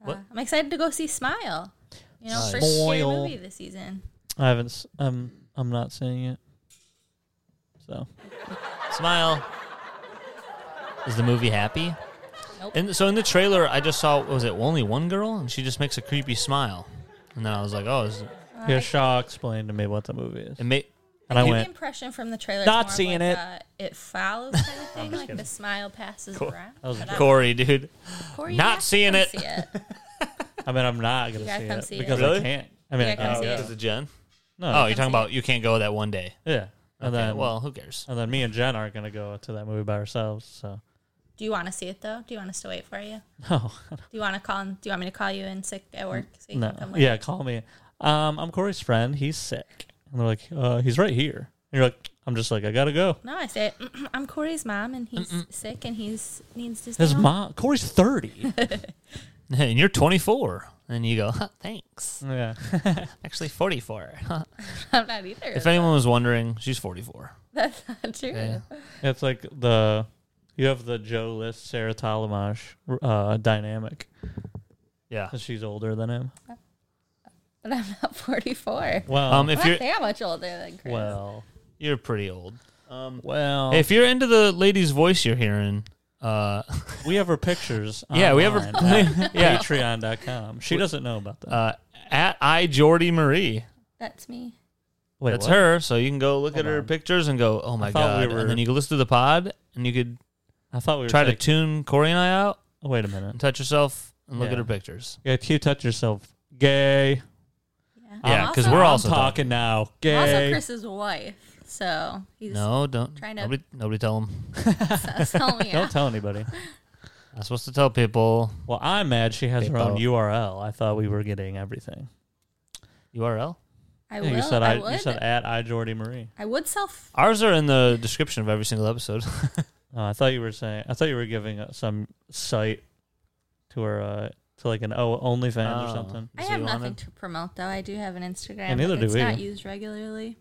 Speaker 1: What?
Speaker 3: Uh, I'm excited to go see Smile. You know, first scary
Speaker 2: Smile.
Speaker 3: movie this season.
Speaker 2: I haven't. s- I'm. I'm not seeing it. So
Speaker 1: Smile. Is the movie happy?
Speaker 3: Nope.
Speaker 1: And so in the trailer, I just saw what was it only one girl, and she just makes a creepy smile, and then I was like, "Oh, is it,
Speaker 2: yeah, Shaw explained to me what the movie is,
Speaker 1: it may."
Speaker 2: and I
Speaker 3: The
Speaker 2: went.
Speaker 3: impression from the trailer. is
Speaker 2: Eh. Not
Speaker 3: more of
Speaker 2: seeing
Speaker 3: like
Speaker 2: it.
Speaker 3: a it follows kind of thing, like the smile passes around.
Speaker 2: was
Speaker 3: But I-
Speaker 1: Corey, dude.
Speaker 3: Corey, you
Speaker 1: Not
Speaker 3: have to
Speaker 1: seeing
Speaker 3: come
Speaker 1: it.
Speaker 3: See it.
Speaker 2: I mean, I'm not gonna
Speaker 3: gotta
Speaker 2: see
Speaker 3: come
Speaker 2: it
Speaker 3: see it.
Speaker 2: because
Speaker 1: Really?
Speaker 2: I can't. I mean, uh,
Speaker 3: You
Speaker 2: I
Speaker 3: gotta come
Speaker 2: can't.
Speaker 3: see it.
Speaker 1: Is it Jen?
Speaker 2: No.
Speaker 1: Oh, you're talking about you can't go that one day.
Speaker 2: yeah. And
Speaker 1: Okay,
Speaker 2: then
Speaker 1: well, who cares?
Speaker 2: and then me and Jen aren't gonna go to that movie by ourselves. So
Speaker 3: Do you want to see it though? Do you want us to wait for you?
Speaker 2: no,
Speaker 3: Do you want to call? And, do you want me to call you in sick at work? So you
Speaker 2: no.
Speaker 3: Can come with
Speaker 2: Yeah, call me. Um, I'm Corey's friend. He's sick, and they're like, uh, he's right here. And you're like, I'm just like, I gotta go.
Speaker 3: No, I say I'm Corey's mom, and he's sick, and he's needs to. Stay
Speaker 2: His
Speaker 3: home."
Speaker 2: mom, Corey's thirty.
Speaker 1: And you're 24, and you go, huh, "Thanks."
Speaker 2: yeah.
Speaker 1: Actually, 44. Huh.
Speaker 3: I'm not either.
Speaker 1: If anyone was wondering, she's 44.
Speaker 3: That's not true.
Speaker 1: Yeah.
Speaker 2: It's like the you have the Joe List Sarah Talamash uh, dynamic.
Speaker 1: Yeah.
Speaker 2: 'cause She's older than him.
Speaker 3: But I'm not 44.
Speaker 2: Well,
Speaker 1: Um,
Speaker 3: I'm
Speaker 1: if
Speaker 3: not
Speaker 1: you're
Speaker 3: that much older than Chris.
Speaker 2: well,
Speaker 1: you're pretty old.
Speaker 2: well.
Speaker 1: If you're into the lady's voice you're hearing, uh,
Speaker 2: we have her pictures.
Speaker 1: Yeah, we have her-
Speaker 2: online at
Speaker 1: Yeah.
Speaker 2: Patreon.com. She doesn't know about that.
Speaker 1: uh, at I Jordy Marie.
Speaker 3: That's me.
Speaker 2: Wait,
Speaker 1: That's
Speaker 2: what?
Speaker 1: her. So you can go look
Speaker 2: Hold
Speaker 1: at her
Speaker 2: on.
Speaker 1: pictures and go, oh my
Speaker 2: thought we
Speaker 1: god.
Speaker 2: were-
Speaker 1: And then you can listen to the pod and you could
Speaker 2: I thought we were
Speaker 1: try to
Speaker 2: taking-
Speaker 1: tune Corey and I out
Speaker 2: oh, wait a minute.
Speaker 1: and touch yourself and look
Speaker 2: Yeah.
Speaker 1: at her pictures.
Speaker 2: Yeah, you touch yourself, gay.
Speaker 3: I'm
Speaker 1: yeah, because
Speaker 3: also-
Speaker 1: we're
Speaker 2: I'm
Speaker 1: also talking.
Speaker 2: talking now,
Speaker 3: I'm
Speaker 2: gay.
Speaker 3: also Chris's wife, so he's
Speaker 1: No, don't.
Speaker 3: Trying to-
Speaker 1: Nobody, nobody tell them.
Speaker 3: telling me.
Speaker 2: Don't tell anybody.
Speaker 1: I'm supposed to tell people
Speaker 2: Well, I'm mad she has her own
Speaker 1: People.
Speaker 2: URL. I thought we were getting everything.
Speaker 1: URL.
Speaker 3: I
Speaker 2: Yeah,
Speaker 3: will.
Speaker 2: you said
Speaker 3: I,
Speaker 2: you
Speaker 3: would.
Speaker 2: said at I Jordy Marie.
Speaker 3: I would self.
Speaker 1: Ours are in the description of every single episode.
Speaker 2: Oh, I thought you were saying. I thought you were giving uh, some site to her uh, to like an o- OnlyFans or
Speaker 1: Oh.
Speaker 2: something.
Speaker 3: I
Speaker 1: So
Speaker 3: have
Speaker 1: you
Speaker 3: nothing
Speaker 1: wanted-
Speaker 3: to promote though. I do have an Instagram.
Speaker 2: And neither
Speaker 3: but
Speaker 2: do
Speaker 3: it's
Speaker 2: we.
Speaker 3: not used regularly.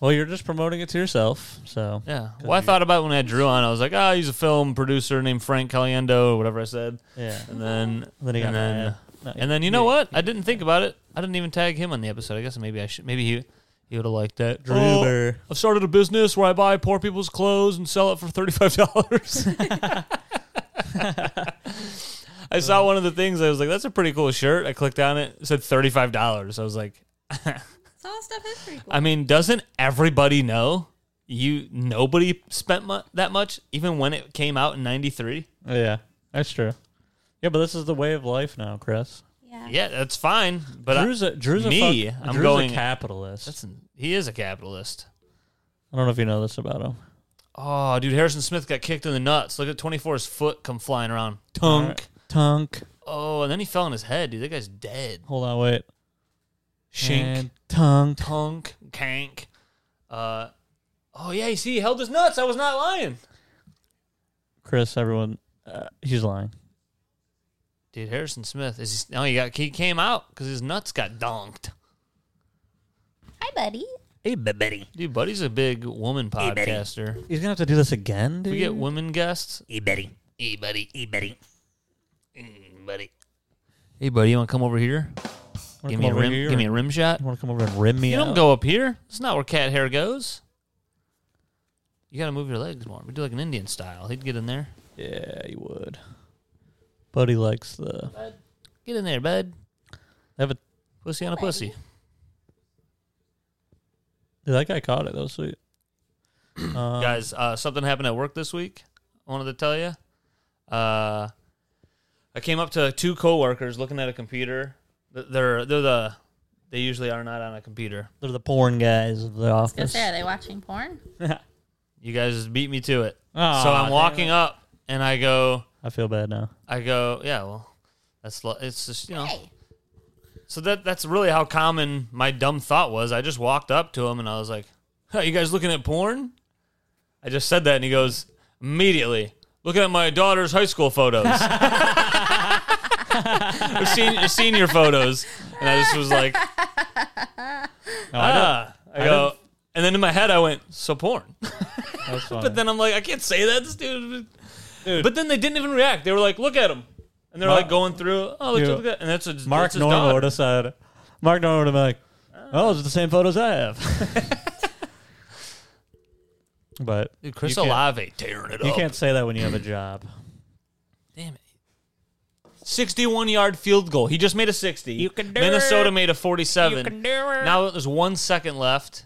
Speaker 2: Well, you're just promoting it to yourself. So
Speaker 1: Yeah. Well, I thought about it when I drew on. I was like, oh, he's a film producer named Frank Caliendo or whatever I said.
Speaker 2: yeah.
Speaker 1: And then,
Speaker 2: Then he got
Speaker 1: and then,
Speaker 2: mad. No,
Speaker 1: and then you know what? I didn't think about it. I didn't even tag him on the episode. I guess maybe I should. Maybe he he would have liked that. Oh,
Speaker 2: Droober.
Speaker 1: I've started a business where I buy poor people's clothes and sell it for thirty five dollars. I
Speaker 2: Uh.
Speaker 1: saw one of the things. I was like, "That's a pretty cool shirt." I clicked on it. It said thirty five dollars. I was like,
Speaker 3: So all stuff is pretty cool.
Speaker 1: I mean, doesn't everybody know you? Nobody spent mu- that much, even when it came out in '93.
Speaker 2: Yeah, that's true. Yeah, but this is the way of life now, Chris.
Speaker 3: yeah.
Speaker 1: Yeah, that's fine. But I-
Speaker 2: Drew's a, Drew's
Speaker 1: me,
Speaker 2: a fuck,
Speaker 1: I'm
Speaker 2: Drew's
Speaker 1: going-
Speaker 2: a capitalist.
Speaker 1: that's, he is a capitalist.
Speaker 2: I don't know if you know this about him.
Speaker 1: Oh, dude, Harrison Smith got kicked in the nuts. Look at 24's foot come flying around. Tunk.
Speaker 2: Tunk.
Speaker 1: Oh, and then he fell on his head, dude. That guy's dead.
Speaker 2: Hold on, wait.
Speaker 1: Shink.
Speaker 2: And tunk.
Speaker 1: Tunk. Kank. Uh, oh, yeah, you see, he held his nuts. I was not lying.
Speaker 2: Chris, everyone, uh, he's lying.
Speaker 1: Dude, Harrison Smith is no, he got he came out because his nuts got donked.
Speaker 3: Hi, buddy.
Speaker 2: Hey, Betty.
Speaker 1: Dude, Buddy's a big woman podcaster.
Speaker 2: He's gonna have to do this again, dude.
Speaker 1: we get women guests.
Speaker 6: Hey, buddy. Hey,
Speaker 1: Mm,
Speaker 6: buddy. Hey, buddy. Hey, buddy.
Speaker 1: Hey, buddy, you want to come over here? Give me a
Speaker 2: come over
Speaker 1: rim.
Speaker 2: here
Speaker 1: Give me a
Speaker 2: and-
Speaker 1: rim shot.
Speaker 2: You want to come over and rim me
Speaker 1: You
Speaker 2: out?
Speaker 1: don't go up here. It's not where cat hair goes. You got to move your legs more. We do like an Indian style. He'd get in there.
Speaker 2: Yeah, you would. Buddy likes the.
Speaker 1: Get in there, bud.
Speaker 2: Have a,
Speaker 1: Pussy on a pussy.
Speaker 2: dude, that guy caught it. That was sweet.
Speaker 1: Guys, uh, something happened at work this week. I wanted to tell you. Uh, I came up to two coworkers looking at a computer. Th- They're they're the they usually are not on a computer.
Speaker 2: They're the porn guys of the
Speaker 3: Gonna
Speaker 2: office.
Speaker 3: say, are they watching porn?
Speaker 1: You guys just beat me to it.
Speaker 2: Aw,
Speaker 1: so
Speaker 2: damn
Speaker 1: I'm walking up and I go
Speaker 2: I feel bad now.
Speaker 1: I go yeah well that's lo- it's just you know
Speaker 3: Hey,
Speaker 1: So that that's really how common my dumb thought was. I just walked up to him and I was like, "Huh, "You guys looking at porn?" I just said that, and he goes immediately, "Looking at my daughter's high school photos, her, sen- her senior photos." And I just was like, "Ah." I, go, and then in my head I went, "So porn."
Speaker 2: That's funny.
Speaker 1: But then I'm like, I can't say that, this dude. But then they didn't even react. They were like, "Look at him," and they're
Speaker 2: Mar-
Speaker 1: like going through, "Oh, look,
Speaker 2: Dude,
Speaker 1: look at," and that's a
Speaker 2: Mark
Speaker 1: that's his
Speaker 2: Norman
Speaker 1: daughter.
Speaker 2: would have said, Mark Norman would have been like, oh, those are the same photos I have. but
Speaker 1: Dude, Chris
Speaker 2: You can't-
Speaker 1: Olave tearing it
Speaker 2: you
Speaker 1: up.
Speaker 2: can't say that when you have a job.
Speaker 1: Damn it. 61 yard field goal. He just made a 60. You
Speaker 2: can do
Speaker 1: Minnesota
Speaker 2: it.
Speaker 1: made a 47.
Speaker 2: Now,
Speaker 1: Now there's one second left.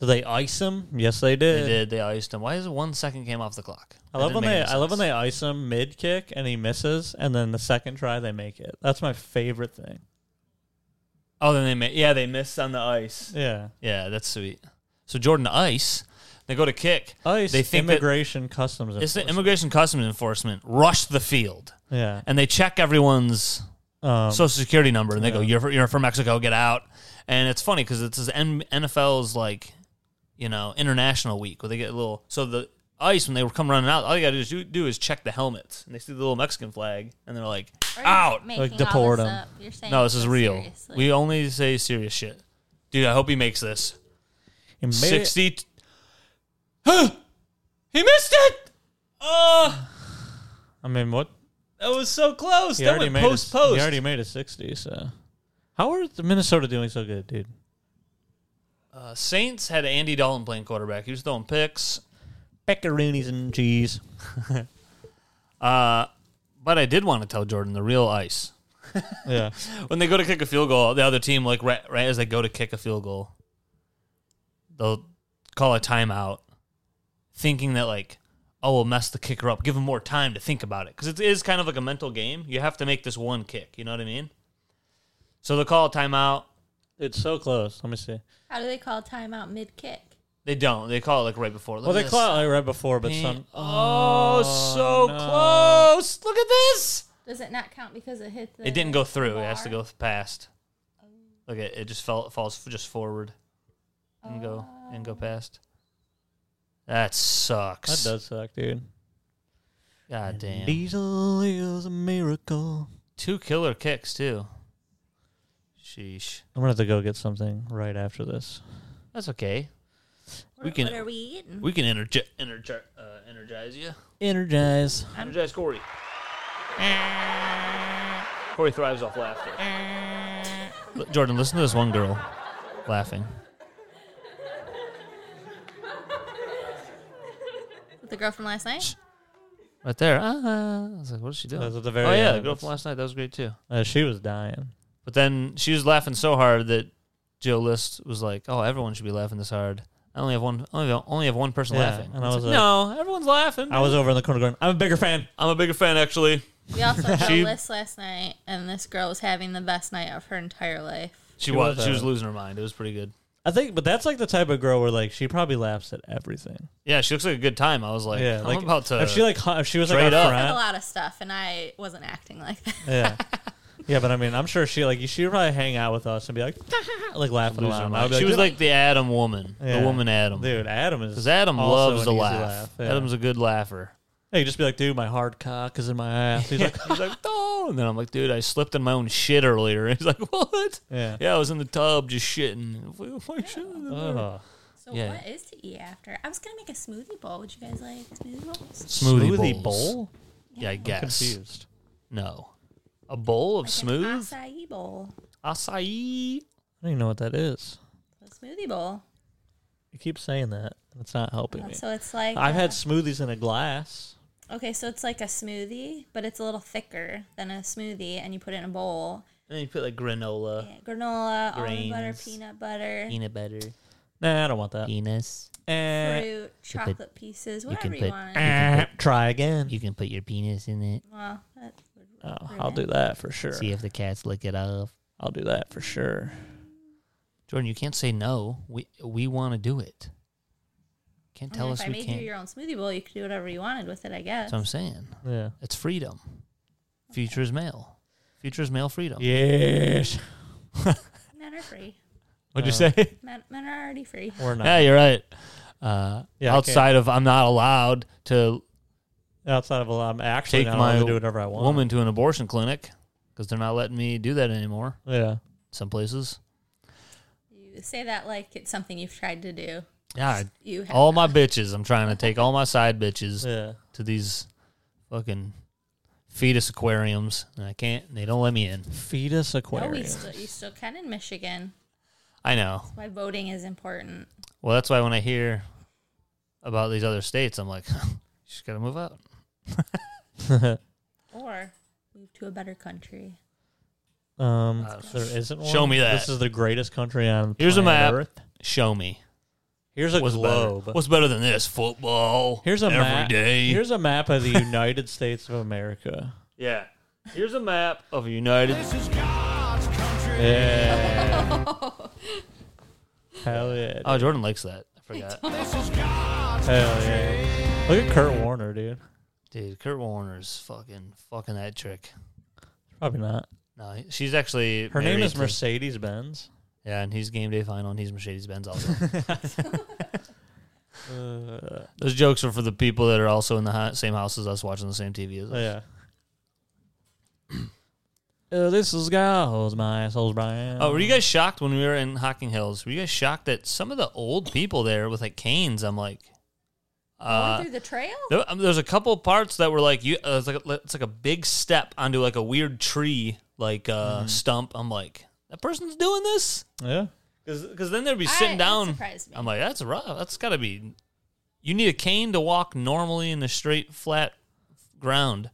Speaker 2: do they ice him? Yes, they did.
Speaker 1: They did. They iced him. Why is it one second came off the clock?
Speaker 2: I
Speaker 1: That
Speaker 2: love
Speaker 1: didn't
Speaker 2: when
Speaker 1: make
Speaker 2: they
Speaker 1: any
Speaker 2: I love when
Speaker 1: sense.
Speaker 2: they ice him mid kick and he misses, and then the second try they make it. That's my favorite thing.
Speaker 1: Oh, then they made. Yeah, they missed on the ice.
Speaker 2: Yeah,
Speaker 1: Yeah, that's sweet. So Jordan Ice, they go to kick.
Speaker 2: ice.
Speaker 1: They think that-
Speaker 2: immigration customs.
Speaker 1: It's the
Speaker 2: enforcement.
Speaker 1: Immigration Customs Enforcement rush the field
Speaker 2: yeah,
Speaker 1: and they check everyone's
Speaker 2: um,
Speaker 1: social security number and they go you're, you're from mexico get out and it's funny because it's this N- nfl's like you know international week where they get a little so the ice when they were come running out all you gotta do is, do, do is check the helmets and they see the little mexican flag and they're like
Speaker 3: are you
Speaker 1: out
Speaker 3: making
Speaker 2: Like,
Speaker 3: all
Speaker 2: deport
Speaker 3: this
Speaker 2: 'em.
Speaker 3: up? You're saying
Speaker 1: no this is real
Speaker 3: seriously.
Speaker 1: we only say serious shit dude i hope he makes this
Speaker 2: immi-
Speaker 1: 60 Huh! he missed it oh
Speaker 2: I mean, what?
Speaker 1: that was so close
Speaker 2: He
Speaker 1: that
Speaker 2: already
Speaker 1: went
Speaker 2: made a-
Speaker 1: post post
Speaker 2: He already made a sixty. So, how are the Minnesota doing so good, dude?
Speaker 1: uh, saints had andy dalton playing quarterback he was throwing picks
Speaker 2: Peccaroonies and cheese.
Speaker 1: Uh, but I did want to tell Jordan the real ice.
Speaker 2: Yeah,
Speaker 1: When they go to kick a field goal, the other team, like right, right as they go to kick a field goal, they'll call a timeout, thinking that like, oh, we'll mess the kicker up, give him more time to think about it, because it is kind of like a mental game. You have to make this one kick. You know what I mean? So they'll call a timeout.
Speaker 2: it's so close. Let me see.
Speaker 3: How do they call timeout mid kick?
Speaker 1: They don't. They call it like right before. Look
Speaker 2: Well,
Speaker 1: at
Speaker 2: they
Speaker 1: this.
Speaker 2: caught it like right before, but some.
Speaker 1: Eh, Oh, so
Speaker 2: no.
Speaker 1: close! Look at this.
Speaker 3: Does it not count because it hit the?
Speaker 1: It didn't go through. It has to
Speaker 3: bar?
Speaker 1: go past. Look, it, it just fell, falls just forward and go and go past. That
Speaker 2: That
Speaker 1: sucks.
Speaker 2: does suck, dude.
Speaker 1: God damn.
Speaker 2: Diesel is a miracle.
Speaker 1: Two killer kicks too. Sheesh.
Speaker 2: I'm gonna have to go get something right after this.
Speaker 1: That's okay.
Speaker 3: What,
Speaker 1: We can-
Speaker 3: what are we eating?
Speaker 1: We can energi- energi- uh, energize you.
Speaker 2: Energize.
Speaker 1: Energize Corey. Corey thrives off laughter. L- Jordan, listen to this one girl laughing.
Speaker 3: With the girl from last night.
Speaker 1: Right there. Ah, I was like, what is she doing?
Speaker 2: That was at the very
Speaker 1: oh, yeah,
Speaker 2: end.
Speaker 1: the girl from last night. That was great, too.
Speaker 2: Uh, she was dying.
Speaker 1: But then she was laughing so hard that Joe List was like, "Oh, everyone should be laughing this hard. I only have one. I only have, only have one person
Speaker 2: Yeah,
Speaker 1: laughing."
Speaker 2: and I
Speaker 1: It's
Speaker 2: was
Speaker 1: like,
Speaker 2: like-
Speaker 1: "No, everyone's laughing.
Speaker 2: I was over in the corner going, "I'm a bigger fan."
Speaker 1: I'm a bigger fan, actually."
Speaker 3: We also had
Speaker 1: She-
Speaker 3: a list last night, and this girl was having the best night of her entire life.
Speaker 1: She,
Speaker 2: She
Speaker 1: was.
Speaker 2: was,
Speaker 1: She
Speaker 2: uh,
Speaker 1: was losing her mind. It was pretty good.
Speaker 2: I think, but that's like the type of girl where like she probably laughs at everything.
Speaker 1: Yeah, she looks like a good time. I was like,
Speaker 2: yeah,
Speaker 1: "I'm
Speaker 2: like
Speaker 1: about to."
Speaker 2: If she like, hu- if she was like
Speaker 1: Straight
Speaker 2: our
Speaker 1: up.
Speaker 3: I did a
Speaker 2: friend,
Speaker 3: lot of stuff, and I wasn't acting like that.
Speaker 2: yeah, yeah. But I mean, I'm sure she like she would probably hang out with us and be like, like laughing
Speaker 1: lose her
Speaker 2: around.
Speaker 1: mind. she was like the Adam woman.
Speaker 2: Yeah.
Speaker 1: The woman Adam.
Speaker 2: dude, Adam is
Speaker 1: Because Adam
Speaker 2: also
Speaker 1: loves
Speaker 2: an
Speaker 1: to
Speaker 2: easy
Speaker 1: laugh.
Speaker 2: yeah.
Speaker 1: Adam's a good laugher.
Speaker 2: yeah, you just be like, dude, my hard cock is in my ass. He's like,
Speaker 1: He's like, "Oh," and then I'm like, "Dude, I slipped in my own shit earlier." He's like, "What?"
Speaker 2: Yeah.
Speaker 1: Yeah, Uh, I was in the tub just shitting. Why shouldn't I?
Speaker 2: Ugh.
Speaker 3: So
Speaker 1: Yeah.
Speaker 3: what is to eat after? I was gonna make a smoothie bowl. Would you guys like smoothie bowls?
Speaker 1: Smoothie,
Speaker 2: Smoothie
Speaker 1: bowls.
Speaker 2: bowl.
Speaker 1: Yeah, I guess.
Speaker 2: Confused.
Speaker 1: No. A bowl of
Speaker 3: Like an
Speaker 1: smooth?
Speaker 3: acai bowl.
Speaker 1: Acai.
Speaker 2: I don't even know what that is.
Speaker 3: A smoothie bowl.
Speaker 2: You keep saying that. It's not helping me.
Speaker 3: So it's like
Speaker 2: I've
Speaker 3: uh,
Speaker 2: had smoothies in a glass.
Speaker 3: Okay, so it's like a smoothie, but it's a little thicker than a smoothie, and you put it in a bowl.
Speaker 1: And then you put like granola,
Speaker 3: Yeah, granola, almond butter,
Speaker 1: Grains.
Speaker 3: peanut butter,
Speaker 1: peanut butter,
Speaker 2: Nah, I don't want that.
Speaker 1: penis.
Speaker 2: Eh,
Speaker 3: fruit, chocolate pieces,
Speaker 1: you can
Speaker 3: whatever you,
Speaker 1: put-
Speaker 3: want.
Speaker 2: eh, try again.
Speaker 1: You can put your penis in it.
Speaker 3: well, that would
Speaker 2: Oh,
Speaker 3: ruin
Speaker 2: I'll
Speaker 3: it.
Speaker 2: do that for sure.
Speaker 1: See if the cats lick it off.
Speaker 2: I'll do that for sure.
Speaker 1: Jordan, you can't say no. We we want to do it. Can't
Speaker 3: I mean,
Speaker 1: tell us
Speaker 3: if I
Speaker 1: we
Speaker 3: made
Speaker 1: can't.
Speaker 3: you your own smoothie bowl, you could do whatever you wanted with it, I guess.
Speaker 1: That's what I'm saying.
Speaker 2: Yeah.
Speaker 1: It's freedom. Future is male. Future is male freedom.
Speaker 2: Yes.
Speaker 3: men are free.
Speaker 1: What'd you say?
Speaker 3: Men, men are already free.
Speaker 2: Or Uh, not.
Speaker 1: Yeah, you're right. Uh,
Speaker 2: Yeah, I
Speaker 1: outside of I'm not allowed to
Speaker 2: Outside of a lot, I'm actually
Speaker 1: take
Speaker 2: not
Speaker 1: my
Speaker 2: allowed to do whatever I want.
Speaker 1: woman to an abortion clinic because they're not letting me do that anymore.
Speaker 2: Yeah.
Speaker 1: Some places.
Speaker 3: You say that like it's something you've tried to do.
Speaker 1: Yeah, I-
Speaker 3: You have
Speaker 1: all my bitches. I'm trying to take all my side bitches
Speaker 2: Yeah.
Speaker 1: to these fucking fetus aquariums, and I can't. They don't let me in.
Speaker 2: Fetus
Speaker 3: no,
Speaker 2: aquarium.
Speaker 3: we still, you still can in Michigan.
Speaker 1: I know.
Speaker 3: That's why voting is important.
Speaker 1: Well, that's why when I hear about these other states, I'm like, you just gotta move out.
Speaker 3: Or move to a better country.
Speaker 2: um,
Speaker 1: I don't
Speaker 2: there isn't one.
Speaker 1: Show me that.
Speaker 2: This is the greatest country on
Speaker 1: Here's a
Speaker 2: planet
Speaker 1: map.
Speaker 2: Earth.
Speaker 1: Show me
Speaker 2: Here's a
Speaker 1: what's
Speaker 2: globe.
Speaker 1: better. What's better than this? Football.
Speaker 2: Here's a
Speaker 1: every
Speaker 2: map.
Speaker 1: day.
Speaker 2: Here's a map of the United States of America.
Speaker 1: yeah. Here's a map of United.
Speaker 2: Yeah. Hell yeah.
Speaker 1: Oh, Jordan likes that. I forgot.
Speaker 2: Hell yeah. Look at Kurt Warner, dude.
Speaker 1: Dude, Kurt Warner's fucking fucking that trick.
Speaker 2: Probably not.
Speaker 1: No, he- she's actually
Speaker 2: Her name
Speaker 1: married
Speaker 2: is
Speaker 1: to-
Speaker 2: Mercedes Benz.
Speaker 1: Yeah, and he's game day final, and he's Mercedes Benz also.
Speaker 2: Uh,
Speaker 1: Those jokes are for the people that are also in the hou- same house as us, watching the same TV as us.
Speaker 2: yeah. Uh, this is guys, my soul's Brian.
Speaker 1: Oh, were you guys shocked when we were in Hocking Hills? Were you guys shocked that some of the old people there with like canes? I'm like, Uh,
Speaker 3: Going through the trail?
Speaker 1: there, um, there's a couple parts that were like, you, uh, it's like a, it's like a big step onto like a weird tree like uh, stump. I'm like, that person's doing this
Speaker 2: Yeah.
Speaker 1: because then they'd be
Speaker 3: I-
Speaker 1: sitting
Speaker 3: that
Speaker 1: down.
Speaker 3: surprised me.
Speaker 1: I'm like, that's rough. That's got to be. You need a cane to walk normally in the straight flat ground,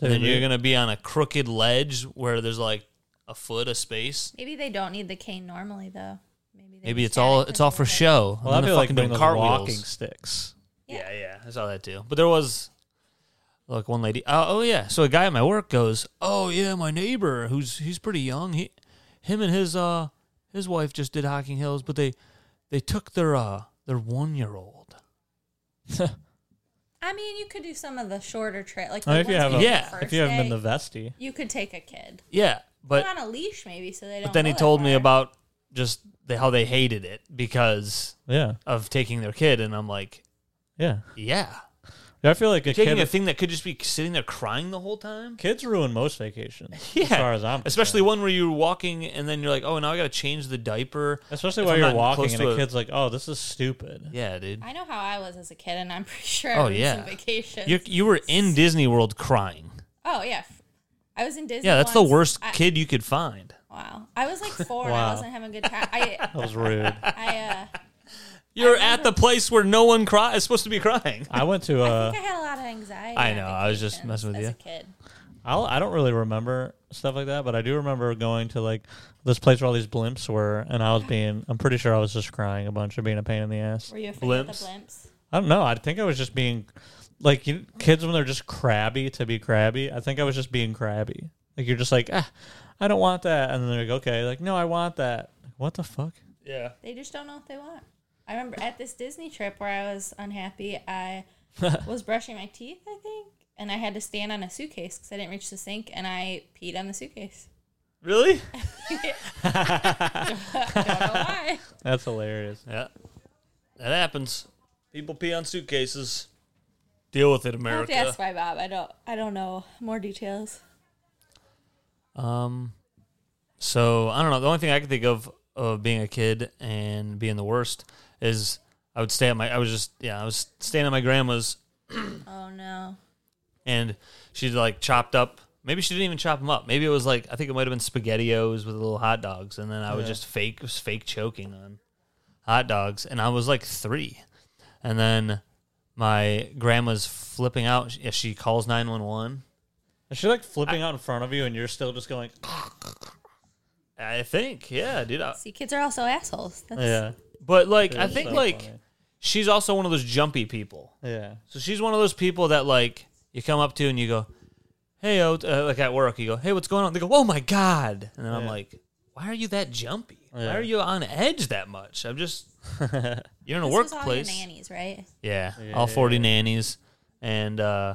Speaker 1: and then
Speaker 2: Dude,
Speaker 1: you're
Speaker 2: it-
Speaker 1: gonna be on a crooked ledge where there's like a foot of space.
Speaker 3: Maybe they don't need the cane normally though. Maybe they
Speaker 1: Maybe
Speaker 3: just
Speaker 1: it's
Speaker 3: had
Speaker 1: all
Speaker 3: it
Speaker 1: it's all for
Speaker 3: survival.
Speaker 1: show.
Speaker 2: Well, I
Speaker 1: And then
Speaker 2: feel
Speaker 1: they're
Speaker 2: like
Speaker 1: fucking
Speaker 2: doing
Speaker 1: doing
Speaker 2: those
Speaker 1: cartwheels.
Speaker 2: walking sticks.
Speaker 1: Yeah, yeah, I saw that too. But there was like one lady. Oh, oh yeah. So a guy at my work goes, "Oh yeah, my neighbor, who's he's pretty young. He, him and his uh his wife just did Hocking Hills, but they they took their uh their one year old.
Speaker 3: I mean, you could do some of the shorter trail, like
Speaker 2: Oh,
Speaker 3: the
Speaker 2: if you
Speaker 3: ones
Speaker 2: have
Speaker 3: we
Speaker 1: a-
Speaker 3: did
Speaker 1: Yeah,
Speaker 3: the
Speaker 2: If you haven't been the
Speaker 3: first
Speaker 2: vesty,
Speaker 3: day, you could take a kid,
Speaker 1: Yeah, but
Speaker 3: put on a leash maybe, so they don't.
Speaker 1: but then he
Speaker 3: go that
Speaker 1: told me
Speaker 3: far.
Speaker 1: about just the, how they hated it because
Speaker 2: yeah,
Speaker 1: of taking their kid, and I'm like,
Speaker 2: yeah.
Speaker 1: yeah,
Speaker 2: I feel like a
Speaker 1: taking
Speaker 2: kid,
Speaker 1: a thing that could just be sitting there crying the whole time.
Speaker 2: kids ruin most vacations.
Speaker 1: Yeah.
Speaker 2: as far as I'm,
Speaker 1: Especially
Speaker 2: concerned.
Speaker 1: one where you're walking and then you're like, oh, now I got to change the diaper.
Speaker 2: especially
Speaker 1: if
Speaker 2: while
Speaker 1: I'm
Speaker 2: you're
Speaker 1: not
Speaker 2: walking
Speaker 1: close
Speaker 2: and
Speaker 1: to
Speaker 2: a,
Speaker 1: a-
Speaker 2: kid's like, "Oh, this is stupid."
Speaker 1: Yeah, dude.
Speaker 3: I know how I was as a kid, and I'm pretty sure. I
Speaker 1: Oh,
Speaker 3: oh yeah,
Speaker 1: yeah.
Speaker 3: vacation.
Speaker 1: You you were in Disney World crying.
Speaker 3: Oh yeah, I was in Disney.
Speaker 1: Yeah, that's the
Speaker 3: once.
Speaker 1: worst
Speaker 3: I-
Speaker 1: kid you could find.
Speaker 3: Wow, I was like four and
Speaker 2: Wow.
Speaker 3: I wasn't having a good time. I,
Speaker 2: That was rude.
Speaker 3: I, uh,
Speaker 1: You're at the place where no one cry is supposed to be crying.
Speaker 2: I went to
Speaker 3: I
Speaker 2: uh,
Speaker 3: think I had a lot of anxiety.
Speaker 1: I
Speaker 3: on
Speaker 1: know, I was just
Speaker 3: vacations
Speaker 1: messing with
Speaker 3: as
Speaker 1: you.
Speaker 3: A kid.
Speaker 2: I'll, I don't really remember stuff like that, but I do remember going to like this place where all these blimps were, and I was being, I'm pretty sure I was just crying a bunch and being a pain in the ass.
Speaker 3: Were you afraid of the
Speaker 1: Blimps.
Speaker 3: blimps?
Speaker 2: I don't know. I think I was just being like you, kids when they're just crabby to be crabby. I think I was just being crabby. Like you're just like, ah, I don't want that, and then they're like, okay, like no, I want that. Like, what the fuck?
Speaker 1: Yeah.
Speaker 3: They just don't know what they want. I remember at this Disney trip where I was unhappy. I was brushing my teeth, I think, and I had to stand on a suitcase because I didn't reach the sink, and I peed on the suitcase.
Speaker 1: Really?
Speaker 3: Don't know why.
Speaker 2: That's hilarious.
Speaker 1: Yeah. That happens. People pee on suitcases. Deal with it,
Speaker 3: I have to
Speaker 1: America.
Speaker 3: ask my Bob. I don't. I don't know more details.
Speaker 1: Um, so I don't know. The only thing I can think of of being a kid and being the worst is I would stay at my. I was just yeah. I was staying at my grandma's,
Speaker 3: Oh no.
Speaker 1: and she like chopped up Maybe she didn't even chop them up. Maybe it was like I think it might have been spaghettios with little hot dogs, and then I would just fake was fake choking on hot dogs, and I was like three, and then my grandma's flipping out. She, she calls nine one one.
Speaker 2: Is she like flipping out in front of you and you're still just going,
Speaker 1: I think, yeah, dude. I,
Speaker 3: See, kids are also assholes. That's,
Speaker 2: yeah,
Speaker 1: but like, I
Speaker 2: That's
Speaker 1: think
Speaker 2: so
Speaker 1: like
Speaker 2: funny.
Speaker 1: she's also one of those jumpy people.
Speaker 2: yeah.
Speaker 1: So she's one of those people that like you come up to and you go, "Hey, oh, uh, like at work, you go, "Hey, what's going on?" They go, "Oh my god!" And then I'm
Speaker 2: Yeah.
Speaker 1: like, "Why are you that jumpy?
Speaker 2: Yeah.
Speaker 1: Why are you on edge that much?" I'm just you're in a
Speaker 3: This was all your
Speaker 1: workplace,
Speaker 3: nannies, right?
Speaker 1: yeah, all forty nannies, and uh,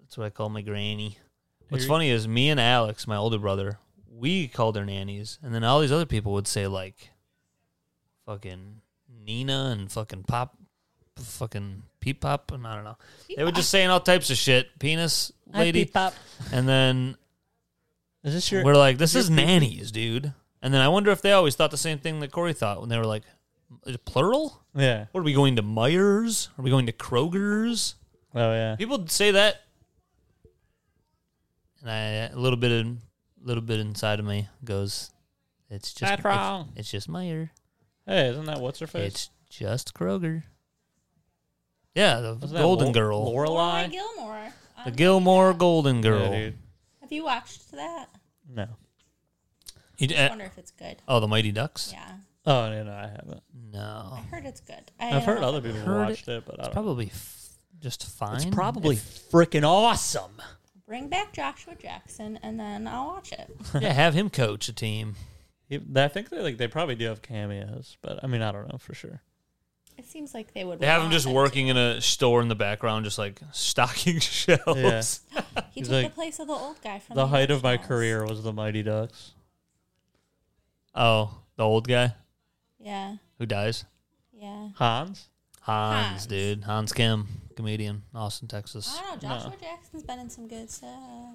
Speaker 1: that's what I call my granny. What's funny is me and Alex, my older brother, we called her nannies, and then all these other people would say like, fucking Nina and fucking Pop, fucking Peep Pop, and I don't know. They were just saying all types of shit, penis lady,
Speaker 2: pop.
Speaker 1: and then
Speaker 2: Is this your?
Speaker 1: we're like, this is nannies, dude. And then I wonder if they always thought the same thing that Corey thought when they were like, is it plural?
Speaker 2: yeah.
Speaker 1: What are we going to Myers? Are we going to Kroger's?
Speaker 2: Oh yeah.
Speaker 1: People say that, and I a little bit in little bit inside of me goes, it's just
Speaker 2: That's
Speaker 1: it's-
Speaker 2: wrong.
Speaker 1: It's, just Meyer.
Speaker 2: Hey, isn't that what's her face?
Speaker 1: It's just Kroger. Yeah, the
Speaker 2: Isn't that
Speaker 1: Golden
Speaker 2: Lo-
Speaker 1: Girl,
Speaker 3: Lauren
Speaker 2: Lorelai.
Speaker 3: Gilmore. Uh,
Speaker 1: the Gilmore Golden
Speaker 2: Yeah,
Speaker 1: Girl.
Speaker 2: dude.
Speaker 3: Have you watched that?
Speaker 2: No.
Speaker 1: You-
Speaker 3: I
Speaker 1: uh,
Speaker 3: wonder if it's good.
Speaker 1: oh, the Mighty Ducks.
Speaker 3: Yeah,
Speaker 2: Oh no, no, I haven't.
Speaker 1: No,
Speaker 3: I heard it's good. I
Speaker 2: I've
Speaker 3: don't
Speaker 2: heard
Speaker 3: know.
Speaker 2: other people
Speaker 1: Heard
Speaker 2: watched it, but I don't.
Speaker 1: probably f- just fine.
Speaker 2: it's probably
Speaker 1: If-
Speaker 2: freaking awesome.
Speaker 3: Bring back Joshua Jackson, and then I'll watch it.
Speaker 1: yeah, have him coach a team.
Speaker 2: He- I think they like they probably do have cameos, but I mean I don't know for sure.
Speaker 3: It seems like they would.
Speaker 1: They have him
Speaker 3: want
Speaker 1: just
Speaker 3: it.
Speaker 1: working in a store in the background, just like stocking shelves.
Speaker 2: Yeah.
Speaker 3: He took
Speaker 2: like,
Speaker 3: the place of the old guy from
Speaker 2: The height of my
Speaker 3: originals."
Speaker 2: career was the Mighty Ducks.
Speaker 1: Oh, the old guy
Speaker 3: Yeah,
Speaker 1: who dies?
Speaker 3: yeah.
Speaker 2: Hans.
Speaker 1: Hans,
Speaker 3: Hans.
Speaker 1: dude. Hans Kim, comedian, Austin, Texas.
Speaker 3: I don't know. Joshua Jackson's been in some good stuff.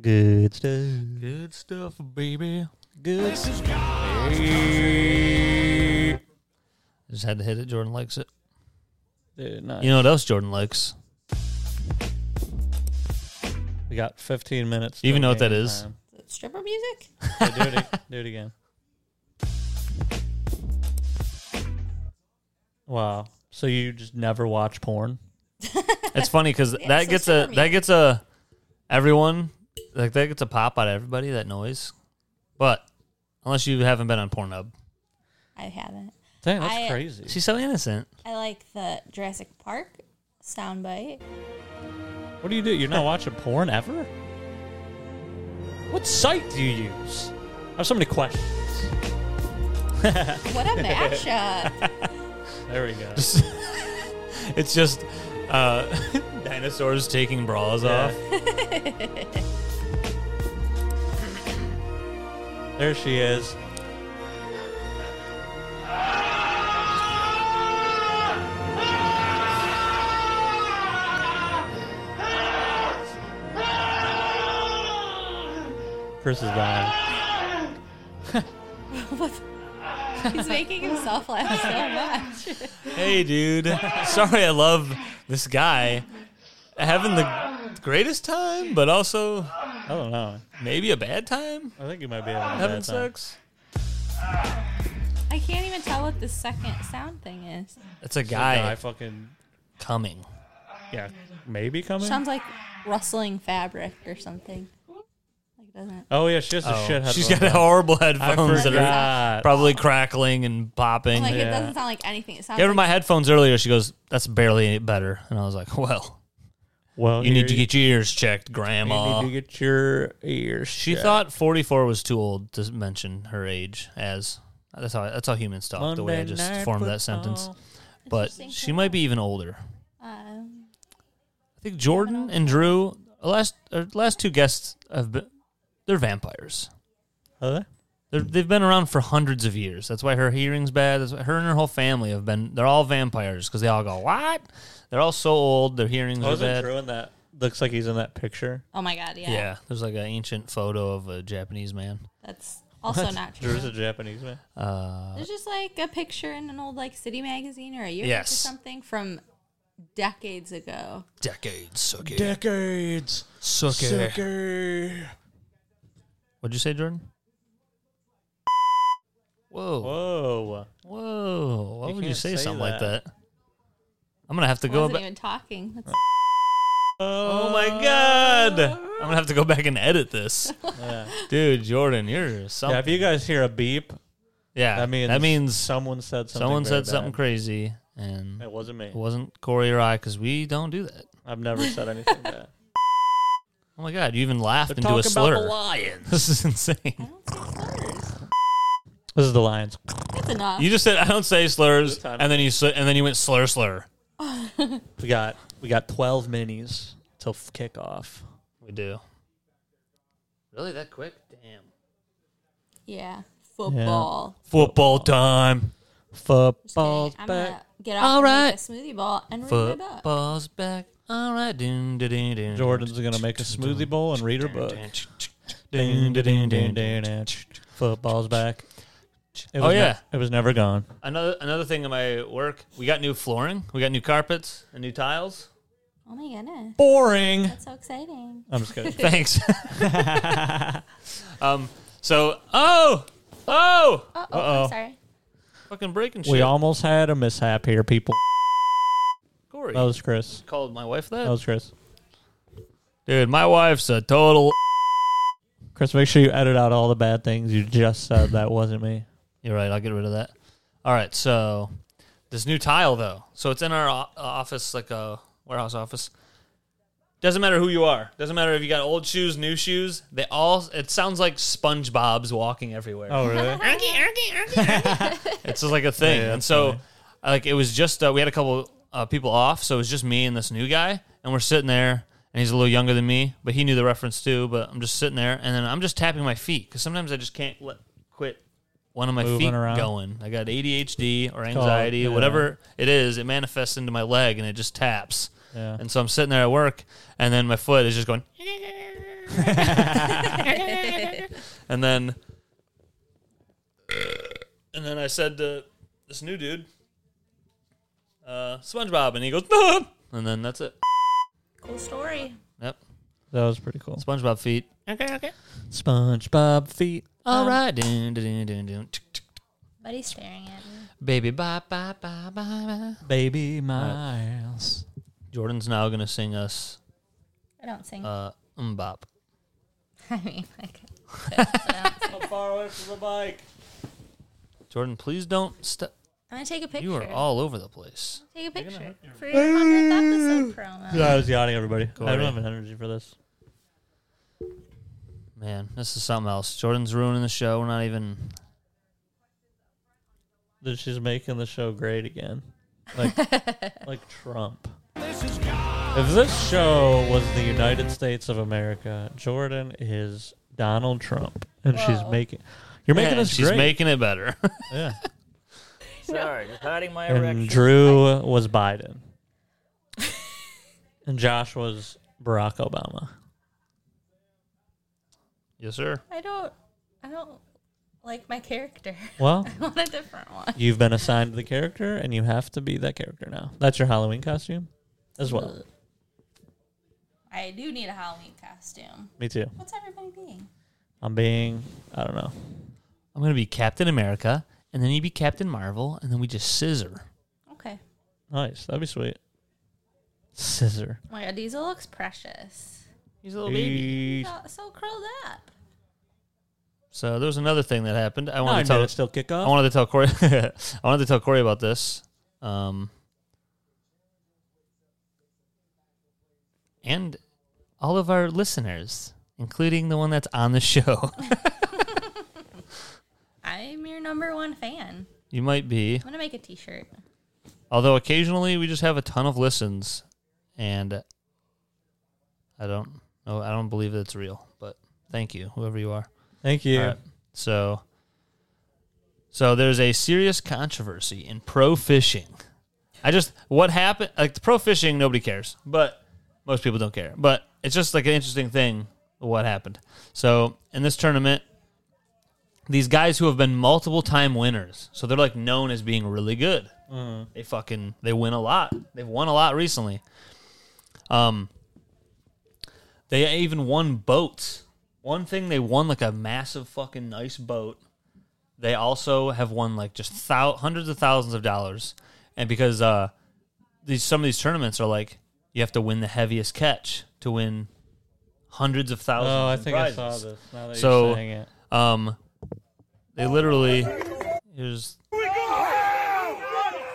Speaker 2: Good stuff.
Speaker 1: Good stuff, baby.
Speaker 2: Good.
Speaker 1: Just had to hit it. Jordan likes it.
Speaker 2: Dude, nice.
Speaker 1: You know what else Jordan likes?
Speaker 2: we got 15 minutes.
Speaker 1: You even
Speaker 2: till
Speaker 1: know what that
Speaker 2: game
Speaker 1: is?
Speaker 2: time.
Speaker 3: Is it stripper music?
Speaker 2: Hey, do, it, ag- do it again. Wow. So you just never watch porn?
Speaker 1: It's funny because
Speaker 3: so
Speaker 1: that gets a
Speaker 3: Stormy.
Speaker 1: that gets a everyone like that gets a pop out of everybody that noise, but unless you haven't been on Pornhub,
Speaker 3: I haven't.
Speaker 2: Dang, that's
Speaker 3: I-
Speaker 2: crazy.
Speaker 1: she's so innocent.
Speaker 3: I like the Jurassic Park soundbite.
Speaker 2: What do you do? You're not watching porn ever? What site do you use? I have so many questions.
Speaker 3: What a mashup!
Speaker 2: There we go.
Speaker 1: It's just uh, dinosaurs taking bras off.
Speaker 2: Yeah. there she is. Chris is dying.
Speaker 3: He's making himself laugh so much.
Speaker 1: Hey, dude. Sorry, I love this guy. Having the greatest time, but also
Speaker 2: I don't know.
Speaker 1: maybe a bad time
Speaker 2: I think you might be having, a
Speaker 1: having
Speaker 2: bad time.
Speaker 1: sex.
Speaker 3: I can't even tell what the second sound thing is.
Speaker 1: It's a
Speaker 2: I,
Speaker 1: guy
Speaker 2: fucking
Speaker 1: coming.
Speaker 2: yeah. Maybe coming.
Speaker 3: Sounds like rustling fabric or something. Like doesn't.
Speaker 2: oh yeah, she has a shit head.
Speaker 1: She's got horrible headphones that are
Speaker 2: God.
Speaker 1: probably crackling and popping.
Speaker 3: Like
Speaker 1: Gave
Speaker 3: it
Speaker 2: Yeah.
Speaker 3: doesn't sound like anything. It sounds
Speaker 1: her
Speaker 3: like
Speaker 1: my headphones earlier. She goes, "That's barely better," and I was like, "Well,
Speaker 2: Well,
Speaker 1: you need to
Speaker 2: here
Speaker 1: get your ears checked,
Speaker 2: you
Speaker 1: Grandma."
Speaker 2: need to get your ears.
Speaker 1: She
Speaker 2: checked.
Speaker 1: thought 44 was too old to mention her age as that's how that's how humans talk the way I
Speaker 2: Monday
Speaker 1: just
Speaker 2: Night
Speaker 1: formed that sentence.
Speaker 2: Football.
Speaker 1: But
Speaker 3: Interesting
Speaker 1: she might be even older.
Speaker 3: Um,
Speaker 1: I think Jordan and Drew, our last our last two guests have been they're vampires.
Speaker 2: Are they?
Speaker 1: They're, they've been around for hundreds of years. That's why her hearing's bad. That's why her and her whole family have been. They're all vampires because they all go what? They're all so old. Their hearings are
Speaker 2: Wasn't
Speaker 1: bad.
Speaker 2: Drew in that? Looks like he's in that picture.
Speaker 3: oh my god! Yeah,
Speaker 1: Yeah, there's like an ancient photo of a Japanese man.
Speaker 3: that's also not true.
Speaker 2: Drew's a Japanese man.
Speaker 3: There's just like a picture in an old like city magazine or a yearbook
Speaker 1: Yes.
Speaker 3: or something from decades ago.
Speaker 1: Decades, suck it.
Speaker 2: Decades.
Speaker 1: suck it.
Speaker 2: Sucker.
Speaker 1: What'd you say, Jordan? Whoa.
Speaker 2: Whoa.
Speaker 1: Whoa. Why
Speaker 2: You
Speaker 1: would you
Speaker 2: can't
Speaker 1: say,
Speaker 2: say
Speaker 1: something like
Speaker 2: that.
Speaker 1: that? I'm going to have to
Speaker 3: I
Speaker 1: go
Speaker 3: wasn't
Speaker 1: back.
Speaker 3: even talking. That's
Speaker 1: Oh my God. I'm going to have to go back and edit this.
Speaker 2: Yeah.
Speaker 1: Dude, Jordan, you're
Speaker 2: Yeah, if
Speaker 1: something.
Speaker 2: you guys hear a beep,
Speaker 1: Yeah.
Speaker 2: that means
Speaker 1: that means
Speaker 2: someone said something.
Speaker 1: someone
Speaker 2: very
Speaker 1: said something
Speaker 2: bad.
Speaker 1: crazy and
Speaker 2: It wasn't me.
Speaker 1: it wasn't Corey or I because we don't do that.
Speaker 2: I've never said anything bad.
Speaker 1: Oh my God. You even laughed into
Speaker 2: talking
Speaker 1: a
Speaker 2: about
Speaker 1: slur.
Speaker 2: the
Speaker 1: Lions. This is
Speaker 3: I
Speaker 1: insane.
Speaker 3: don't say slurs.
Speaker 2: This is the Lions.
Speaker 3: That's enough.
Speaker 1: You just said, I don't say slurs.
Speaker 2: This time.
Speaker 1: And then you sl- and then you went slur, slur.
Speaker 2: We got we got twelve minis till f- kickoff.
Speaker 1: We do. Really? That quick? Damn.
Speaker 3: yeah. Football.
Speaker 1: Football time.
Speaker 2: Football's
Speaker 3: I'm
Speaker 2: back.
Speaker 3: gonna get off
Speaker 1: All
Speaker 3: and
Speaker 1: right.
Speaker 3: make a smoothie ball and ring it up.
Speaker 1: Football's back. All right. Dun, dun, dun, dun.
Speaker 2: Jordan's gonna make a smoothie bowl and read her book. Dun, dun, dun, dun, dun, dun. Football's back. It was
Speaker 1: Oh,
Speaker 2: ne-
Speaker 1: yeah.
Speaker 2: it was never gone.
Speaker 1: Another another thing in my work, we got new flooring, we got new carpets and new tiles.
Speaker 3: Oh my goodness.
Speaker 2: Boring.
Speaker 3: That's so exciting.
Speaker 2: I'm just kidding.
Speaker 1: Thanks. um. So oh oh,
Speaker 3: Oh, oh, I'm sorry.
Speaker 1: fucking breaking shit.
Speaker 2: we almost had a mishap here, people.
Speaker 1: Corey
Speaker 2: That was Chris.
Speaker 1: called my wife that.
Speaker 2: That was Chris.
Speaker 1: Dude, my wife's a total.
Speaker 2: Chris, make sure you edit out all the bad things you just said. That wasn't me.
Speaker 1: You're right. I'll get rid of that. All right. So this new tile though. So it's in our o- uh, office, like a warehouse office. Doesn't matter who you are. Doesn't matter if you got old shoes, new shoes. They all. It sounds like SpongeBob's walking everywhere.
Speaker 2: Oh, really?
Speaker 1: It's just like a thing. and so, like, it was just uh, we had a couple uh, people off, so it was just me and this new guy, and we're sitting there, and he's a little younger than me, but he knew the reference too. But I'm just sitting there, and then I'm just tapping my feet because sometimes I just can't let quit one of my
Speaker 2: Moving
Speaker 1: feet
Speaker 2: around.
Speaker 1: going. I got ADHD or anxiety,
Speaker 2: yeah.
Speaker 1: whatever it is, it manifests into my leg, and it just taps.
Speaker 2: Yeah.
Speaker 1: And so I'm sitting there at work, and then my foot is just going. and then, and then I said to this new dude, uh, SpongeBob, and he goes, "Ah!" and then that's it.
Speaker 3: Cool story.
Speaker 1: Yep,
Speaker 2: That was pretty cool.
Speaker 1: SpongeBob feet.
Speaker 2: SpongeBob feet.
Speaker 1: All right, dun, dun, dun, dun, dun. Tick, tick, tick.
Speaker 3: But he's staring at me.
Speaker 1: baby, bye, bye, bye, bye, bye.
Speaker 2: Baby Miles.
Speaker 1: Jordan's now gonna sing us
Speaker 3: I don't sing.
Speaker 1: uh, "Mbop."
Speaker 3: I mean, like,
Speaker 2: Far away from the bike.
Speaker 1: Jordan, please don't step.
Speaker 3: I'm gonna take a picture.
Speaker 1: You are all over the place.
Speaker 3: take a picture for your hundredth episode promo.
Speaker 2: I was yawning, everybody. I
Speaker 1: Corey.
Speaker 2: don't have energy for this.
Speaker 1: Man, this is something else. Jordan's ruining the show. We're not even.
Speaker 2: That she's making the show great again. Like, like Trump. If this show was the United States of America, Jordan is Donald Trump, and she's
Speaker 3: Whoa.
Speaker 2: making. You're making
Speaker 1: Man,
Speaker 2: us
Speaker 1: she's
Speaker 2: great.
Speaker 1: making it better.
Speaker 2: yeah.
Speaker 6: Sorry, just hiding my
Speaker 2: And
Speaker 6: erection.
Speaker 2: Drew was Biden. and Josh was Barack Obama.
Speaker 1: yes, sir.
Speaker 3: I don't. I don't like my character.
Speaker 2: Well,
Speaker 3: I want a different one.
Speaker 2: you've been assigned the character, and you have to be that character now. That's your Halloween costume, as well.
Speaker 3: I do need a Halloween costume.
Speaker 2: Me too.
Speaker 3: What's everybody being?
Speaker 2: I'm being. I don't know.
Speaker 1: I'm gonna be Captain America, and then you be Captain Marvel, and then we just scissor.
Speaker 3: Okay.
Speaker 2: Nice. That'd be sweet. Scissor.
Speaker 3: Oh my God, Diesel looks precious.
Speaker 1: He's a little baby.
Speaker 2: Eight.
Speaker 3: So, so curled up.
Speaker 1: So there was another thing that happened. I wanted
Speaker 2: Nine
Speaker 1: to tell.
Speaker 2: minutes till kickoff.
Speaker 1: I wanted to tell Corey. I wanted to tell Corey about this. Um, and all of our listeners, including the one that's on the show,
Speaker 3: I'm your number one fan.
Speaker 1: you might be.
Speaker 3: I'm gonna make a T-shirt.
Speaker 1: Although occasionally we just have a ton of listens, and I don't know, I don't believe that it's real. But thank you, whoever you are.
Speaker 2: Thank you.
Speaker 1: All right. So, so there's a serious controversy in pro fishing. I just what happened like the pro fishing nobody cares, but most people don't care. But it's just like an interesting thing what happened. So in this tournament, these guys who have been multiple time winners. So they're like known as being really good. They fucking they win a lot. They've won a lot recently. Um they even won boats. One thing they won like a massive fucking nice boat. They also have won like just thou- hundreds of thousands of dollars. And because uh these some of these tournaments are like you have to win the heaviest catch to win hundreds of thousands.
Speaker 2: Oh, I
Speaker 1: in
Speaker 2: think I saw
Speaker 1: prizes.
Speaker 2: this. Now that
Speaker 1: So-
Speaker 2: you're saying it,
Speaker 1: Um, they literally here's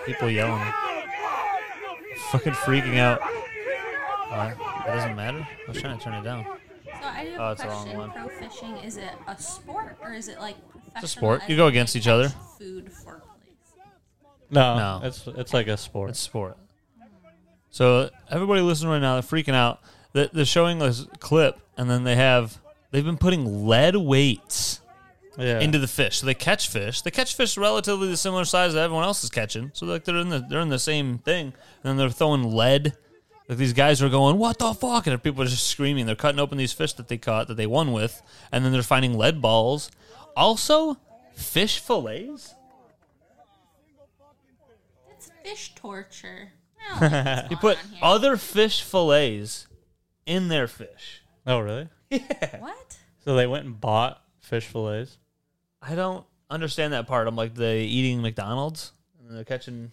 Speaker 1: people yelling, fucking freaking out. Uh, it doesn't matter. I was trying to turn it down.
Speaker 3: So I do have
Speaker 1: Oh,
Speaker 3: a
Speaker 1: it's the wrong
Speaker 3: question.
Speaker 1: one.
Speaker 3: Pro fishing is it a sport or is it like professional? It's
Speaker 1: sport. You go against each other.
Speaker 3: Food for place.
Speaker 2: no,
Speaker 1: No.
Speaker 2: it's it's like a sport.
Speaker 1: It's sport. So everybody listening right now, they're freaking out. They- They're showing this clip, and then they have they've been putting lead weights
Speaker 2: yeah,
Speaker 1: into the fish. So they catch fish. They catch fish relatively the similar size that everyone else is catching. So like they're in the they're in the same thing. And then they're throwing lead. Like these guys are going, what the fuck? And people are just screaming. They're cutting open these fish that they caught that they won with, and then they're finding lead balls. Also, fish fillets.
Speaker 3: It's fish torture. No,
Speaker 1: You put other fish fillets in their fish.
Speaker 2: oh, really?
Speaker 3: what?
Speaker 2: So they went and bought fish fillets.
Speaker 1: I don't understand that part. I'm like they eating McDonald's and they're catching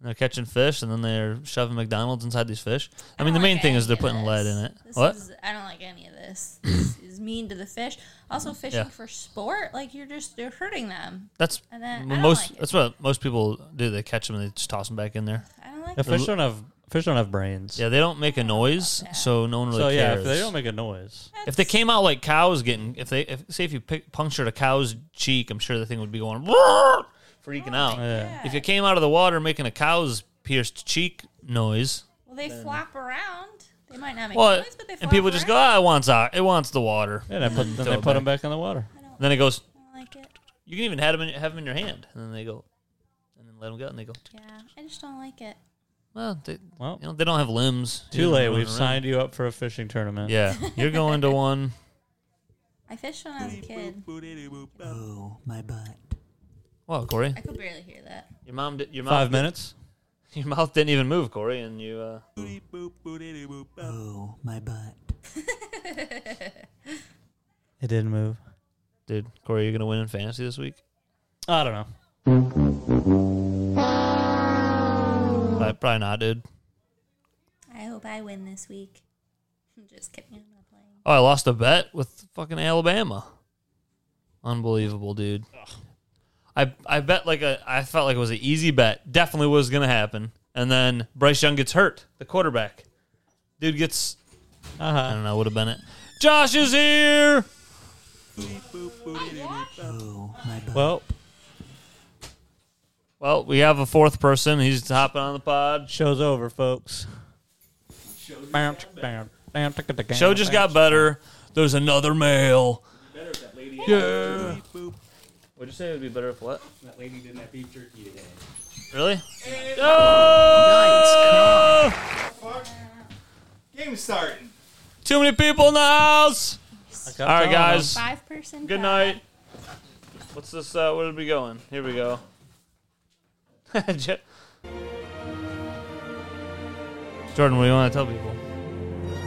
Speaker 1: they're catching fish and then they're shoving McDonald's inside these fish. I mean the
Speaker 3: don't
Speaker 1: main
Speaker 3: like
Speaker 1: thing is they're
Speaker 3: any of
Speaker 1: putting lead
Speaker 3: this.
Speaker 1: in it.
Speaker 3: This
Speaker 1: What?
Speaker 3: is I don't like any of this. This is mean to the fish. Also, fishing
Speaker 1: Yeah.
Speaker 3: for sport, like you're just you're hurting them.
Speaker 1: That's
Speaker 3: And then- I
Speaker 1: well,
Speaker 3: don't
Speaker 1: most
Speaker 3: like it.
Speaker 1: that's what most people do. They catch them and they just toss them back in there.
Speaker 3: I don't like.
Speaker 2: Yeah, fish
Speaker 1: l-
Speaker 2: don't have fish don't have brains.
Speaker 1: Yeah, they don't make a noise, so no one really
Speaker 2: so yeah, if
Speaker 1: cares.
Speaker 2: they don't make a noise.
Speaker 1: If they came out like cows getting if they if say if you pick, punctured a cow's cheek, I'm sure the thing would be going "Roar!" freaking
Speaker 3: Oh
Speaker 1: out.
Speaker 2: Yeah.
Speaker 1: If you came out of the water making a cow's pierced cheek noise,
Speaker 3: Well, they flop around. They might not make
Speaker 1: Well,
Speaker 3: noise, but they flop
Speaker 1: and people just go,
Speaker 3: around.
Speaker 1: ah, it wants out. It wants the water.
Speaker 2: Yeah, and I put, then
Speaker 1: Throw
Speaker 2: they
Speaker 1: it
Speaker 2: put them back in the water.
Speaker 1: And then it goes,
Speaker 3: I don't like it.
Speaker 1: you can even have them, in, have 'em in your hand. And then they go, and then let them go. And they go,
Speaker 3: Yeah, I just don't like it.
Speaker 1: well, they,
Speaker 2: Well.
Speaker 1: you know, they don't have limbs.
Speaker 2: Too late. We've
Speaker 1: Around.
Speaker 2: signed you up for a fishing tournament.
Speaker 1: Yeah, you're going to one.
Speaker 3: I fished when I was a kid.
Speaker 1: Well, Corey,
Speaker 3: I could barely hear that.
Speaker 1: your mom, did, your mouth,
Speaker 2: Five
Speaker 1: did-
Speaker 2: minutes.
Speaker 1: Your mouth didn't even move, Corey, and you. Uh,
Speaker 2: It didn't move.
Speaker 1: dude, Corey, you're gonna win in fantasy this week.
Speaker 2: I don't know. Mm.
Speaker 1: Probably, probably not, dude.
Speaker 3: I hope I win this week. I'm just kidding. I'm not playing.
Speaker 1: Oh, I lost a bet with fucking Alabama. Unbelievable, dude. I I bet like a I felt like it was an easy bet. Definitely was gonna happen. And then Bryce Young gets hurt, the quarterback. Dude gets I don't know, would have been it. Josh is here.
Speaker 2: Well,
Speaker 1: Well, we have a fourth person. He's hopping on the pod.
Speaker 2: show's over, folks.
Speaker 1: Show just got better. There's another male. Yeah. Would you say it would be better if what?
Speaker 8: That lady didn't have beef jerky today.
Speaker 1: Really? Oh!
Speaker 8: Game starting.
Speaker 1: Too many people in the house. All right, guys.
Speaker 3: Five person.
Speaker 1: Good night. What's this? Uh, where did we going? Here we go. Jo- Jordan, what do you want to tell people?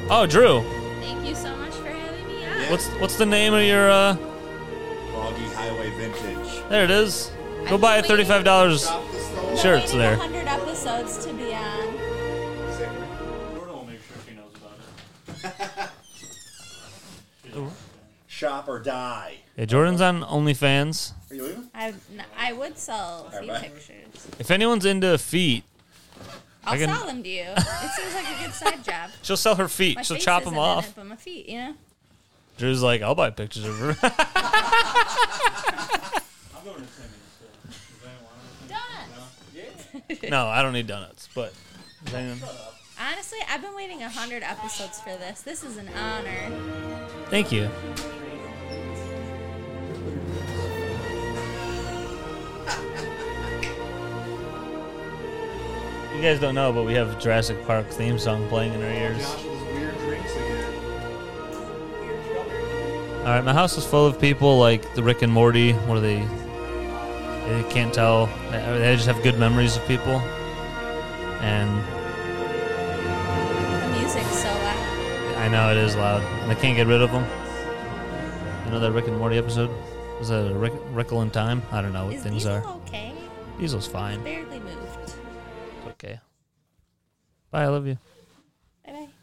Speaker 1: Oh, Drew.
Speaker 3: Thank you so much for having me on.
Speaker 1: What's what's the name of your? uh
Speaker 8: Foggy Highway Vintage.
Speaker 1: There it is. Go
Speaker 3: I'm
Speaker 1: buy a
Speaker 3: waiting.
Speaker 1: thirty-five dollars.
Speaker 8: Stop the stole.
Speaker 1: Sure, it's
Speaker 3: Waiting
Speaker 1: there.
Speaker 3: 100 episodes to be on.
Speaker 8: Shop or die.
Speaker 1: Yeah, Jordan's on OnlyFans.
Speaker 8: Are you leaving?
Speaker 3: I n- I would sell feet
Speaker 8: bye.
Speaker 3: pictures.
Speaker 1: If anyone's into feet,
Speaker 3: I'll
Speaker 1: can-
Speaker 3: sell them to you. It seems like a good side job.
Speaker 1: she'll sell her feet.
Speaker 3: My
Speaker 1: she'll
Speaker 3: face
Speaker 1: chop
Speaker 3: isn't
Speaker 1: them
Speaker 3: in
Speaker 1: off.
Speaker 3: it, but my feet, you know.
Speaker 1: Drew's like, I'll buy pictures of her.
Speaker 3: Donuts.
Speaker 1: no, I don't need donuts, but. Does anyone-
Speaker 3: Honestly, I've been waiting hundred episodes for this. This is an honor.
Speaker 1: Thank you. You guys don't know, but we have Jurassic Park theme song playing in our ears.
Speaker 8: Josh with his weird drinks again.
Speaker 1: All right, my house is full of people like the Rick and Morty, where they they can't tell. They they just have good memories of people, and
Speaker 3: The music's so loud.
Speaker 1: I know it is loud. And they can't get rid of them. You know that Rick and Morty episode? Is that a Rick, Rickle in Time? I don't know what
Speaker 3: Is
Speaker 1: things
Speaker 3: Diesel
Speaker 1: are.
Speaker 3: okay?
Speaker 1: Diesel's fine.
Speaker 3: Barely moved.
Speaker 1: It's okay. Bye, I love you.
Speaker 3: Bye bye.